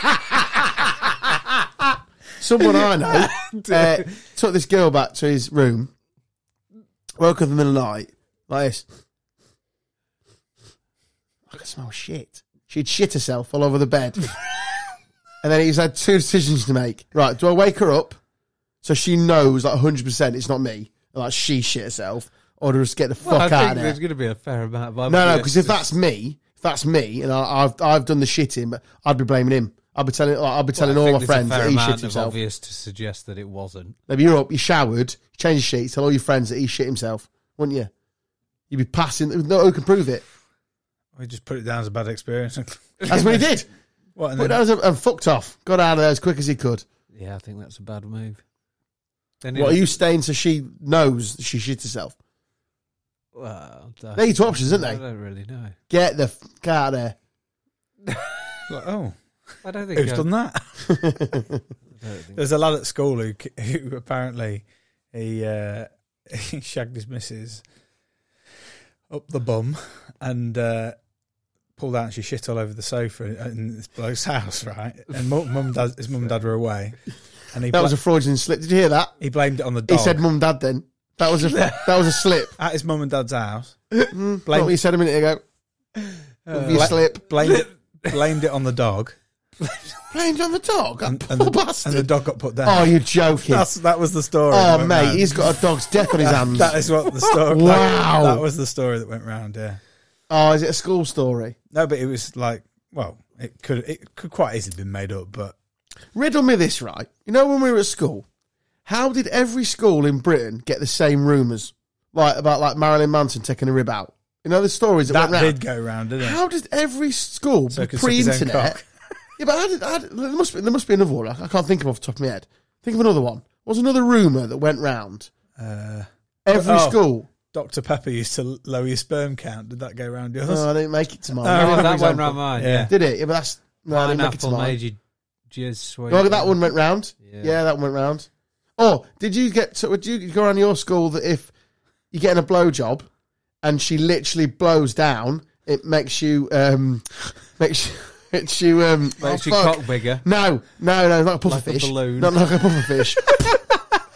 S1: Someone I
S2: [LAUGHS]
S1: know uh, took this girl back to his room, woke up in the middle of the night like this. I could smell shit. She'd shit herself all over the
S2: [LAUGHS]
S1: bed, and then he's had two decisions to make. Right, do I wake her up so she knows like hundred percent it's not me, like she shit herself, or do I just get the
S2: Well, [LAUGHS] I
S1: fuck out
S2: think
S1: of there?
S2: there's going to be a fair amount of
S1: No, no, because if that's me, if that's me, and I, I've I've done the shitting, but I'd be blaming him. I'd be telling I'd be telling all my friends that he shit himself.
S2: obvious to suggest that it wasn't.
S1: Maybe you're up, you showered, you change your sheets, tell all your friends that he shit himself, wouldn't you? You'd be passing. No one can prove
S3: [LAUGHS]
S1: it.
S3: We just put it down as a bad experience. [LAUGHS]
S1: That's what he did.
S3: what? And
S1: But
S3: then,
S1: that was a, and fucked off. Got out of there as quick as he could.
S2: Yeah, I think that's a bad move. Then
S1: What are
S2: it-
S1: you staying so she knows that she shit herself?
S2: Well, I-
S1: They're your two options, aren't they?
S2: I don't really know.
S1: Get the fuck out of there.
S3: like, oh,
S2: I don't think.
S3: who's
S2: I,
S3: done that?
S2: I don't think
S3: There's a lad at school who, [LAUGHS] who apparently he uh, [LAUGHS] he shagged his missus up the bum and uh, pulled out and she shit all over the sofa in, in this bloke's [LAUGHS] house, right? And mum, mum and dad, his mum and dad were away, and he
S1: That was
S3: bla-
S1: a fraudulent slip. Did you hear that?
S3: he blamed it on the dog
S1: He said, "Mum, Dad." Then that
S3: [LAUGHS]
S1: was a that was a slip.
S3: at his mum and dad's house. uh,
S1: Mm, not what you said a minute ago. you
S3: Bla-
S1: slip.
S3: blamed blamed it on the dog,
S1: Blamed on the dog. That [LAUGHS]
S3: and,
S1: poor
S3: and, the,
S1: bastard.
S3: and the dog got put down.
S1: oh, you're joking.
S3: [LAUGHS] That's that was the story. that
S1: oh,
S3: went
S1: mate,
S3: round.
S1: he's got a
S3: [LAUGHS]
S1: dog's death on his hands.
S3: that is what the story.
S1: Wow.
S3: that, that was the story that went round. Yeah.
S1: oh, is it a school story?
S3: No, but it was like, well, it could it could quite easily been made up, but
S1: Riddle me this, right? You know, when we were at school, how did every school in Britain get the same rumours? Like, about like Marilyn Manson taking a rib out. You know, the stories that,
S3: that
S1: went round.
S3: did go round, didn't it?
S1: How did every school
S3: So he could suck
S1: pre
S3: his own
S1: internet.
S3: cock.
S1: [LAUGHS] Yeah, but how did, how did- there, must be, there must be another one. I, I can't think of off the top of my head. Think of another one. What was another rumour that went round?
S3: Uh,
S1: Every
S3: Oh.
S1: school.
S3: Dr Pepper used to lower your sperm count. Did that go round yours?
S1: No, I didn't make it to mine.
S3: Oh,
S1: Give
S2: oh,
S1: you another
S2: that went
S1: example.
S2: round mine.
S3: Yeah.
S2: Yeah,
S1: Did it? Yeah, but that's no, I didn't make it to
S2: pineapple
S1: mine.
S2: made you jizz sweet.
S1: Oh, that one went round. Yeah,
S2: Yeah.
S1: that one went round. Oh, did you get? To, would you go around your school that if you're getting a blowjob and she literally blows down, it makes you um [LAUGHS] makes you, makes you um
S2: Makes
S1: oh,
S2: your
S1: fuck. [LAUGHS]
S2: cock bigger.
S1: No, no, no, not a pufferfish.
S2: Like a balloon.
S1: Not like a pufferfish.
S2: [LAUGHS]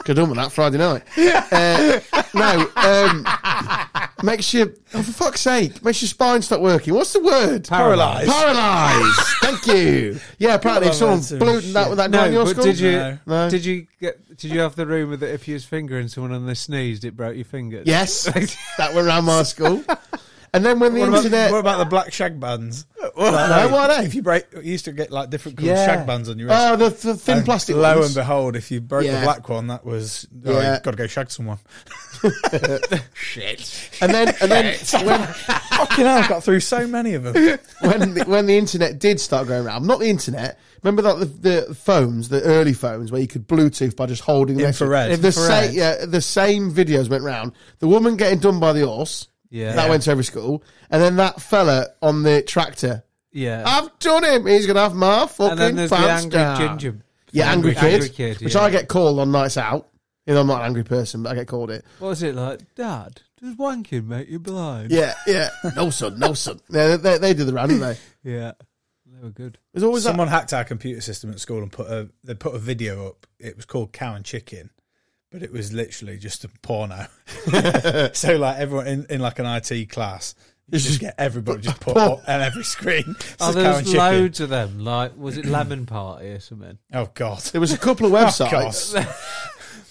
S1: Could have done with that Friday night. Uh, no, um, [LAUGHS] makes you, oh, for fuck's sake, makes your spine stop working. What's the word?
S2: Paralysed.
S1: Paralyzed. Thank you. Yeah, apparently if someone
S3: Paralysed and
S1: blew that with that
S2: No,
S1: down your
S2: but
S1: school.
S2: did you
S3: No.
S1: No.
S2: did you get did you have the rumor that if you was fingering someone and they sneezed, it broke your fingers?
S1: Yes, that went around my school. And then when the
S3: What about,
S1: internet,
S3: what about the black shag bands?
S1: no, what are
S3: If
S1: they?
S3: you break, you used to get like different colours
S2: Yeah.
S3: shag bands on your wrist.
S1: Oh, the, the thin
S3: And
S1: plastic
S3: Lo
S1: ones.
S3: Uh, and behold, if you broke
S1: Yeah.
S3: the black one, that was oh,
S1: Yeah.
S3: you've got to go shag someone.
S1: and then and
S3: [LAUGHS]
S1: then when
S3: Fucking hell, I've got through so many
S1: [LAUGHS]
S3: of them.
S1: when the, when the internet did start going around, not the internet. Remember that the, the phones, the early phones, where you could Bluetooth by just holding the
S3: Infrared.
S1: The
S3: Infrared.
S1: same, yeah, the same videos went round. The woman getting done by the horse.
S2: Yeah.
S1: that went to every school, and then that fella on the tractor.
S2: Yeah.
S1: I've done him. He's gonna have my Oh, fucking
S2: and then there's the
S1: pants
S2: angry
S1: down.
S2: ginger.
S1: Yeah, angry, kid,
S2: Angry kid,
S1: which
S2: yeah.
S1: I get called on nights out. You know, I'm not an angry person, but I get called it.
S2: What was it like? Dad, does wanking make you blind?
S1: Yeah,
S2: [LAUGHS]
S1: yeah. no son, no son. Yeah, they, they do the round, don't they?
S2: Yeah. They were good.
S1: There's always that.
S3: Someone hacked our computer system at school and put a they put a video up. It was called Cow and Chicken, but it was literally just a porno. [LAUGHS] so like everyone in, in like an IT class, you just get everybody just put up on every screen. [LAUGHS] It's
S2: Oh,
S3: just cow
S2: there
S3: and
S2: was
S3: chicken.
S2: loads of them. Like, was it Lemon Party or something?
S3: Oh god.
S1: There was a couple of
S2: [LAUGHS]
S3: Of
S1: websites.
S3: course.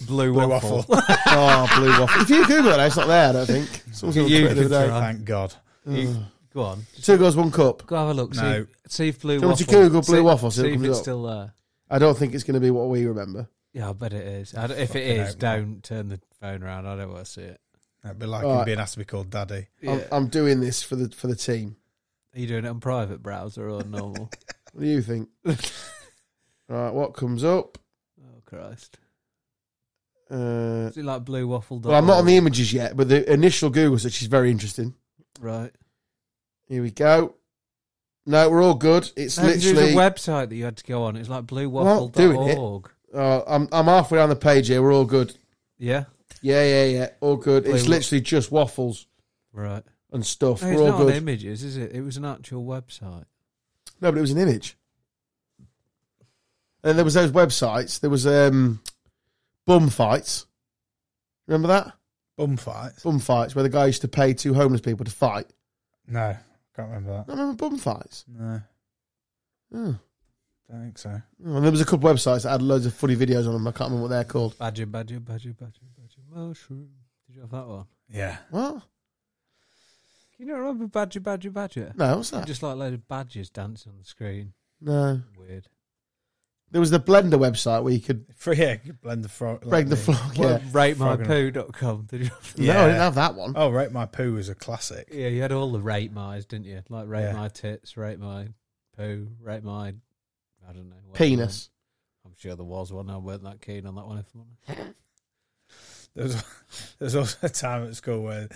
S2: Blue,
S3: Blue
S2: waffle.
S3: waffle.
S1: [LAUGHS] Oh, blue waffle. If you Google it, it's not there, I don't
S2: [LAUGHS]
S1: think. Someone's going
S2: You
S1: to the
S2: could
S1: other day.
S2: try.
S3: Thank God.
S2: You- go on.
S1: Two girls, one cup.
S2: Go have a look.
S3: No.
S2: See, see if Blue
S1: Do you want to
S2: Waffle.
S1: Google Blue
S2: see,
S1: Waffle, see
S2: See
S1: what
S2: if
S1: comes
S2: it's
S1: up?
S2: still there.
S1: I don't think it's going to be what we remember.
S2: Yeah, I bet it is. I don't- if it
S3: Fucking
S2: is,
S3: hope not.
S2: don't turn the phone around. I don't want to see it.
S3: That'd be like
S1: Alright.
S3: him being asked to be called daddy.
S1: I'm, I'm doing this for the for the team.
S2: Are you doing it on private browser
S1: [LAUGHS]
S2: or normal?
S1: What do you
S2: [LAUGHS]
S1: think? right, what comes up?
S2: oh Christ!
S1: Uh,
S2: Is it like Blue Waffle?
S1: well, I'm not on the images yet, but the initial Google search is very interesting.
S2: right.
S1: Here we go. No, we're all good. It's
S2: No, there's
S1: literally.
S2: a website that you had to go on. It's like
S1: not doing it.
S2: bluewaffle.org.
S1: Oh, I'm I'm halfway down the page here. We're all good.
S2: Yeah,
S1: Yeah, yeah, yeah. All good.
S2: Blue
S1: It's
S2: wa-
S1: literally just waffles
S2: right.
S1: and stuff.
S2: No, it's
S1: we're all
S2: not on
S1: good.
S2: images, is it? It was an actual website.
S1: No, but it was an image. And there was those websites. There was um, bum fights. Remember that
S3: Bum fight?
S1: bum fights where the guy used to pay two homeless people to fight.
S3: No, can't remember that.
S1: I remember bum fights.
S3: No,
S1: Oh.
S3: don't think so.
S1: And there was a couple of websites that had loads of funny videos on them. I can't remember what they're called.
S2: Badger, badger, badger, badger, badger, mushroom. Did you have that one?
S3: Yeah.
S1: What?
S2: Can you not remember badger, badger, badger?
S1: No, what's that?
S2: Just like a load of badgers dancing on the screen.
S1: No.
S2: Weird.
S1: There was the Blender website where you could
S3: For yeah, you could blend the frog.
S1: break the flock. Yeah.
S2: Well,
S3: Frog and-
S2: ratemypoo.com. Did you? [LAUGHS]
S1: No,
S3: Yeah.
S1: I didn't have that one.
S3: Oh, rate my poo was a classic.
S2: Yeah, you had all the rate my's, didn't you? Like rate
S3: Yeah.
S2: my tits, rate my poo, rate my I don't know whatever.
S1: Penis.
S2: I'm sure there was one. I weren't that keen on that one. If I'm honest.
S3: There [LAUGHS] was, there was also a time at school where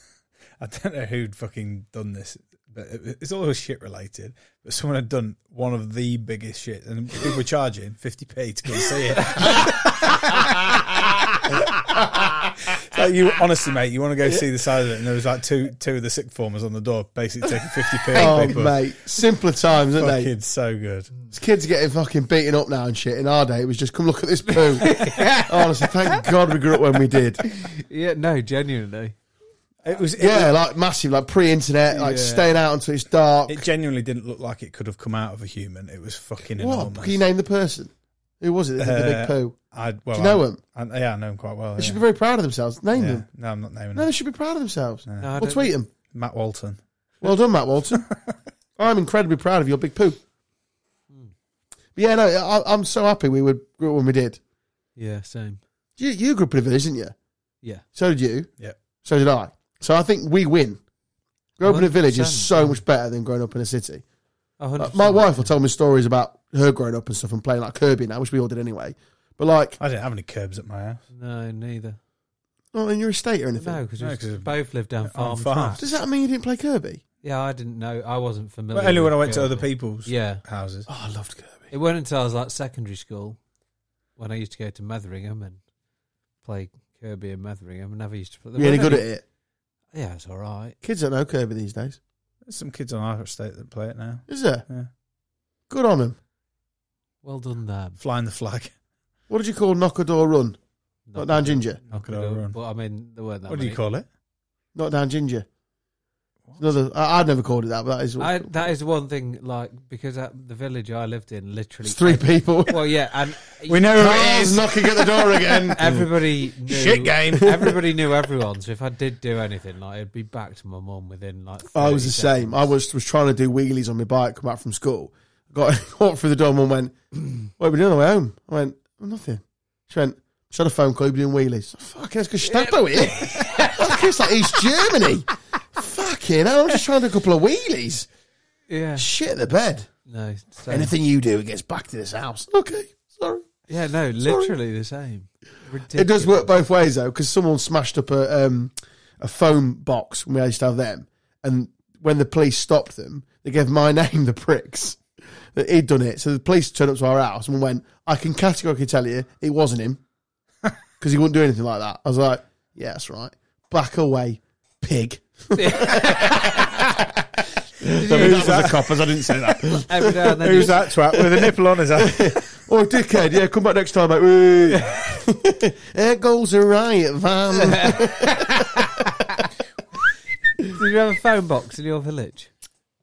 S3: [LAUGHS] I don't know who'd fucking done this, but it, it's all shit related. But someone had done one of the biggest shit, and people were charging fifty p to go and see it. so you honestly, mate, you want to go see the side of it, and there was like two two of the sick formers on the door, basically taking fifty p.
S1: Oh,
S3: people.
S1: mate. Simpler times, aren't they?
S3: Fucking so good.
S1: These kids are getting fucking beaten up now and shit. In our day, it was just come look at this poo. Honestly, thank God we grew up when we did.
S2: [LAUGHS] Yeah, no, genuinely.
S3: It was it,
S1: Yeah, like massive, like pre-internet, like
S2: Yeah.
S1: staying out until it's dark.
S3: It genuinely didn't look like it could have come out of a human. It was fucking
S1: what?
S3: enormous.
S1: Can you name the person? Who was it? that did the
S3: Uh,
S1: big poo.
S3: I, well,
S1: Do you know
S3: I,
S1: him?
S3: I, yeah, I know him quite well.
S1: They should
S3: yeah.
S1: be very proud of themselves. Name
S3: Yeah.
S1: them.
S3: No, I'm not naming
S1: No,
S3: him.
S1: they should be proud of themselves.
S2: No, I
S1: Well,
S2: don't-
S1: tweet them.
S3: Matt Walton.
S1: Well done, Matt Walton. I'm incredibly proud of your big poo. But yeah, no, I, I'm so happy we would grew up when we did.
S2: Yeah, same.
S1: You, you grew up in a village, didn't you?
S2: Yeah,
S1: So did you.
S3: Yeah.
S1: So did I. So I think we win. Growing up in a village is
S2: 100%,
S1: so
S2: yeah.
S1: much better than growing up in a city.
S2: A hundred
S1: Like, my
S2: percent.
S1: wife will tell me stories about her growing up and stuff and playing like Kirby now, which we all did anyway. But like,
S3: I didn't have any curbs at my house.
S2: No, neither.
S1: not in your estate or anything.
S2: No, because
S3: No,
S2: we
S3: 'cause it-
S2: both lived down
S3: on
S2: farm
S3: farms.
S2: flats.
S1: Does that mean you didn't play Kirby?
S2: Yeah, I didn't know. I wasn't familiar.
S3: But only when I
S2: with
S3: went to
S2: Kirby.
S3: other people's
S2: Yeah,
S3: houses.
S1: Oh, I loved Kirby.
S2: it wasn't until I was like secondary school when I used to go to Metheringham and play Kirby and Metheringham, I never used to play.
S1: Really good at it.
S2: Yeah, it's all right.
S1: Kids don't know Kirby these days.
S3: There's some kids on our estate that play it now.
S1: Is there?
S3: Yeah.
S1: Good on them.
S2: Well done, them.
S3: Flying the flag.
S1: What did you call knock a door run? Knock down ginger.
S2: Knock it
S3: Knock it
S2: over.
S3: over.
S2: But I mean, there weren't that
S3: what do
S2: many.
S3: you call it?
S1: Knock down ginger. Another. I, I'd never called it that, but that is. What,
S2: I, that is one thing, like because at the village I lived in, literally [LAUGHS]
S1: it's three people.
S2: Well, yeah, and
S3: We know who it
S1: Carl's
S3: is.
S1: knocking at the door
S3: [LAUGHS]
S1: again. [LAUGHS]
S2: everybody knew,
S3: Shit game.
S2: Everybody knew everyone. So if I did do anything, like it'd be back to my mum within like.
S1: I was the
S2: 30 seconds.
S1: same. I was was trying to do wheelies on my bike, come back from school. Got [LAUGHS] walked through the door and mum went, What have you done on the way home? I went, "Oh, nothing. She went, She had a phone call, you've been doing wheelies. Fucking that's Gestapo here. [LAUGHS] It's like East Germany. Fucking hell, I'm just trying to do a couple of wheelies.
S2: Yeah.
S1: Shit the bed.
S2: No. Same.
S1: Anything you do, it gets back to this house. Okay, sorry.
S2: Yeah. No. Literally the same. Ridiculous.
S1: It does work both ways though, because someone smashed up a um, a phone box when we used to have them, and when the police stopped them, they gave my [LAUGHS] name the pricks that he'd done it. So the police turned up to our house and went, "I can categorically tell you it wasn't
S2: [LAUGHS]
S1: him, because he wouldn't do anything like that." I was like, "Yeah, that's right. Back away, pig."
S3: Who's that? coppers. I didn't say [LAUGHS] that.
S2: Every now
S1: [LAUGHS]
S2: and then.
S3: Who's that twat with a nipple on his [LAUGHS] head?
S1: Oh, dickhead! Yeah, come back next time, mate.
S2: [LAUGHS]
S1: Woo. there goes a riot van.
S2: Did you have a phone box in your village?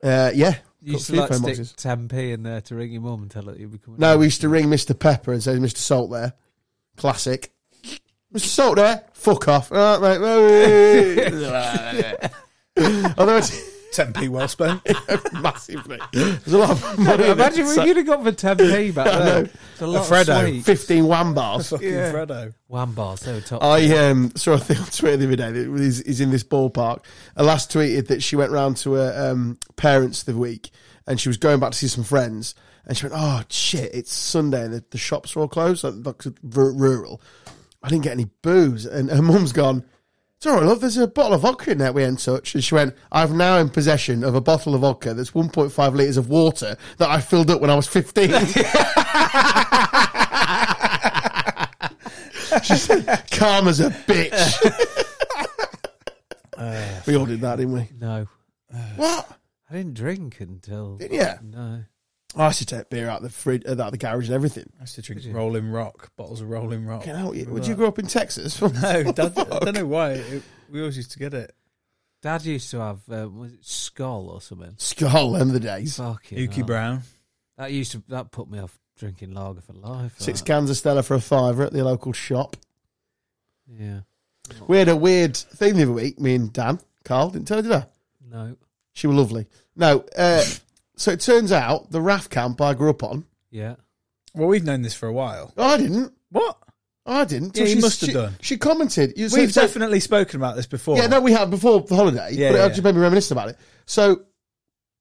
S1: Uh, yeah,
S2: You used to
S1: Got a few
S2: like
S1: phone
S2: stick
S1: boxes.
S2: 10p in there to ring your mum and tell her you were coming.
S1: No, we used to ring Mr. Pepper and say, Mr. Salt there. Classic. Mr. Salt there? Fuck off. All right, mate. [LAUGHS]
S2: [LAUGHS]
S1: Although it's uh,
S3: 10p well [LAUGHS] spent.
S1: massively. There's a lot of money. in it.
S2: Imagine
S1: [LAUGHS]
S2: if you'd have got for 10p back then. It's a lot of
S3: Freddo.
S2: sweets.
S1: 15 wham bars.
S3: Fucking
S2: Yeah.
S3: Freddo.
S2: One bar, so top.
S1: I um, saw a thing on Twitter the other day that he's, he's in this ballpark. Alas tweeted that she went round to her um, parents the week and she was going back to see some friends. And she went, oh, shit, it's Sunday and the, the shops are all closed. Like, like r- rural. I didn't get any booze. And her mum's gone, it's all right, love, there's a bottle of vodka in there we ain't touched. And she went, I'm now in possession of a bottle of vodka that's 1.5 litres of water that I filled up when I was 15. she said, calm as a bitch. [LAUGHS] we all did that, didn't we?
S2: no,
S1: Uh, What?
S2: I didn't drink until.
S1: Didn't you?
S2: No.
S1: I used to take beer out the fridge, uh, out the garage and everything.
S3: I used to drink Rolling Rock, bottles of Rolling Rock.
S1: Fucking hell, you- would you grow up in Texas? [LAUGHS] no,
S3: [LAUGHS] No, Dad, I don't know why. It, we always used to get it.
S2: Dad used to have um, was it skull or something.
S1: Skull, end of the days.
S2: Fucking
S3: Uki
S2: hell.
S3: Brown.
S2: That used to that put me off drinking lager for life.
S1: Six
S2: that.
S1: cans of Stella for a fiver at the local shop.
S2: Yeah.
S1: We had a weird thing the other week, me and Dan, Carl, didn't tell you, did I?
S2: No.
S1: She was lovely. No, uh, so it turns out the RAF camp I grew up on,
S2: Yeah.
S3: Well, we've known this for a while.
S1: I didn't.
S3: What?
S1: I didn't.
S3: Yeah,
S1: So
S3: you
S1: she-
S3: must have
S1: she-
S3: done.
S1: She commented. You- so-
S3: We've
S1: so-
S3: definitely spoken about this before.
S1: Yeah, no, we had before the holiday,
S3: Yeah,
S1: but
S3: yeah,
S1: it just made me reminisce about it. So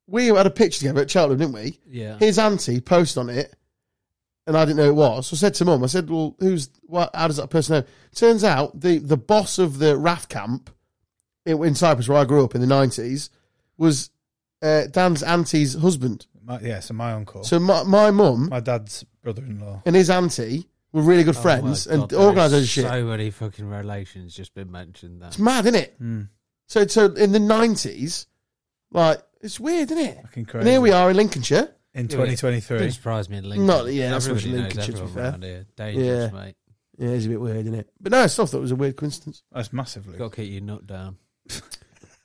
S1: we had a picture together at Cheltenham, didn't we?
S2: Yeah.
S1: His auntie posted on it, and I didn't know it was. So I said to mum, I said, "Well, who's? What, how does that person know?" Turns out the the boss of the RAF camp in, in Cyprus, where I grew up in the nineties, was uh, Dan's auntie's husband.
S3: My, yeah, so my
S2: Oh.
S3: uncle.
S1: So my my mum
S3: my dad's brother-in-law.
S1: and his auntie were really good
S2: Oh my
S1: friends
S2: God,
S1: and
S2: there is
S1: organised all this shit.
S2: So many fucking relations just been mentioned. That
S1: It's mad, isn't it?
S3: Hmm.
S1: So so in the nineties, like it's weird, isn't it?
S3: Fucking crazy.
S1: And here we are in Lincolnshire.
S3: in
S2: Yeah. didn't
S3: 2023.
S2: surprise me in Lincoln.
S1: Not- yeah, that's
S2: Everybody
S1: much
S2: knows
S1: Lincolnshire, to be
S2: everyone
S1: fair.
S2: around here. Dangerous, mate.
S1: Yeah, it's a bit weird, isn't it? But no, I still thought it was a weird coincidence.
S3: That's massively.
S2: Got to keep your nut down.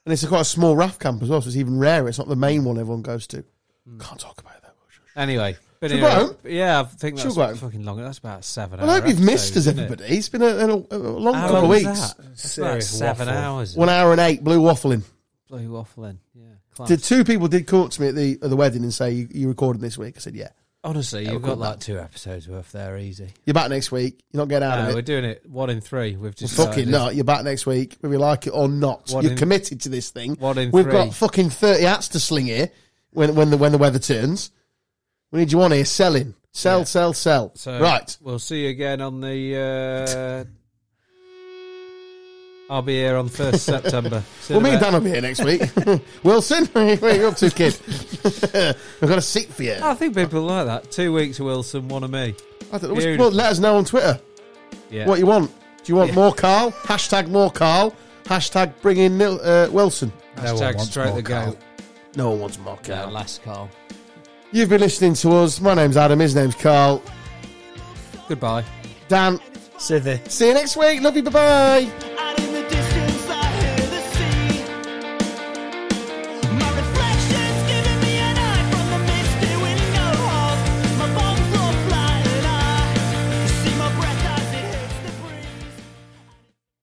S1: And it's quite a small raft camp as well, so it's even rarer. It's not the main one everyone goes to.
S2: Hmm.
S1: Can't talk about it though.
S2: Anyway, but
S1: Shall we
S2: anyway,
S1: go
S2: yeah, I think
S1: Shall we
S2: that's
S1: go home?
S2: fucking long. That's about seven.
S1: Well, I hope
S2: hour
S1: you've missed us,
S2: episodes, isn't it?
S1: everybody. It's been a, a, a long
S2: How
S1: couple of
S2: long was
S1: weeks.
S2: that? That's about
S3: Serious
S2: seven
S3: waffle.
S2: hours.
S1: One hour and eight, blue waffling.
S2: Bloody waffling. Yeah. Class.
S1: Did two people did come up to me at the at the wedding and say you, you recording this week? I said yeah.
S2: Honestly,
S1: we'll
S2: you've
S1: cut
S2: got
S1: that.
S2: like two episodes worth there, easy.
S1: You're back next week. You're not getting out
S2: No,
S1: of
S2: we're
S1: it.
S2: doing it one in three. We've just
S1: Well, fucking
S2: started.
S1: not. You're back next week, whether you like it or not.
S2: One
S1: You're
S2: in-
S1: committed to this thing.
S2: One in
S1: We've
S2: three.
S1: got fucking thirty hats to sling here when when the when the weather turns. We need you on here selling, sell,
S2: Yeah.
S1: sell, sell.
S2: So
S1: right.
S2: We'll see you again on the. Uh, I'll be here on first September. See
S1: [LAUGHS]
S2: you
S1: Well, me
S2: in a
S1: and
S2: bit.
S1: Dan will be here next
S2: [LAUGHS]
S1: week. [LAUGHS] Wilson, where are you up to, kid? We've got a seat for you.
S2: Oh. I think people like that. Two weeks of Wilson, one of me.
S1: I don't know. What's-
S2: Beautiful.
S1: Well, let us know on Twitter
S2: Yeah.
S1: what you want. Do you want
S2: Yeah.
S1: more Carl? Hashtag more Carl. Hashtag bring in Nil, uh, Wilson.
S3: No one
S2: Hashtag
S3: wants
S2: straight
S3: more
S2: the
S3: Carl.
S2: goat.
S1: No one wants more Carl.
S2: last call.
S1: You've been listening to us. My name's Adam. His name's Carl.
S2: Goodbye.
S1: Dan.
S3: Sithy.
S1: See you next week. Love you. Bye bye.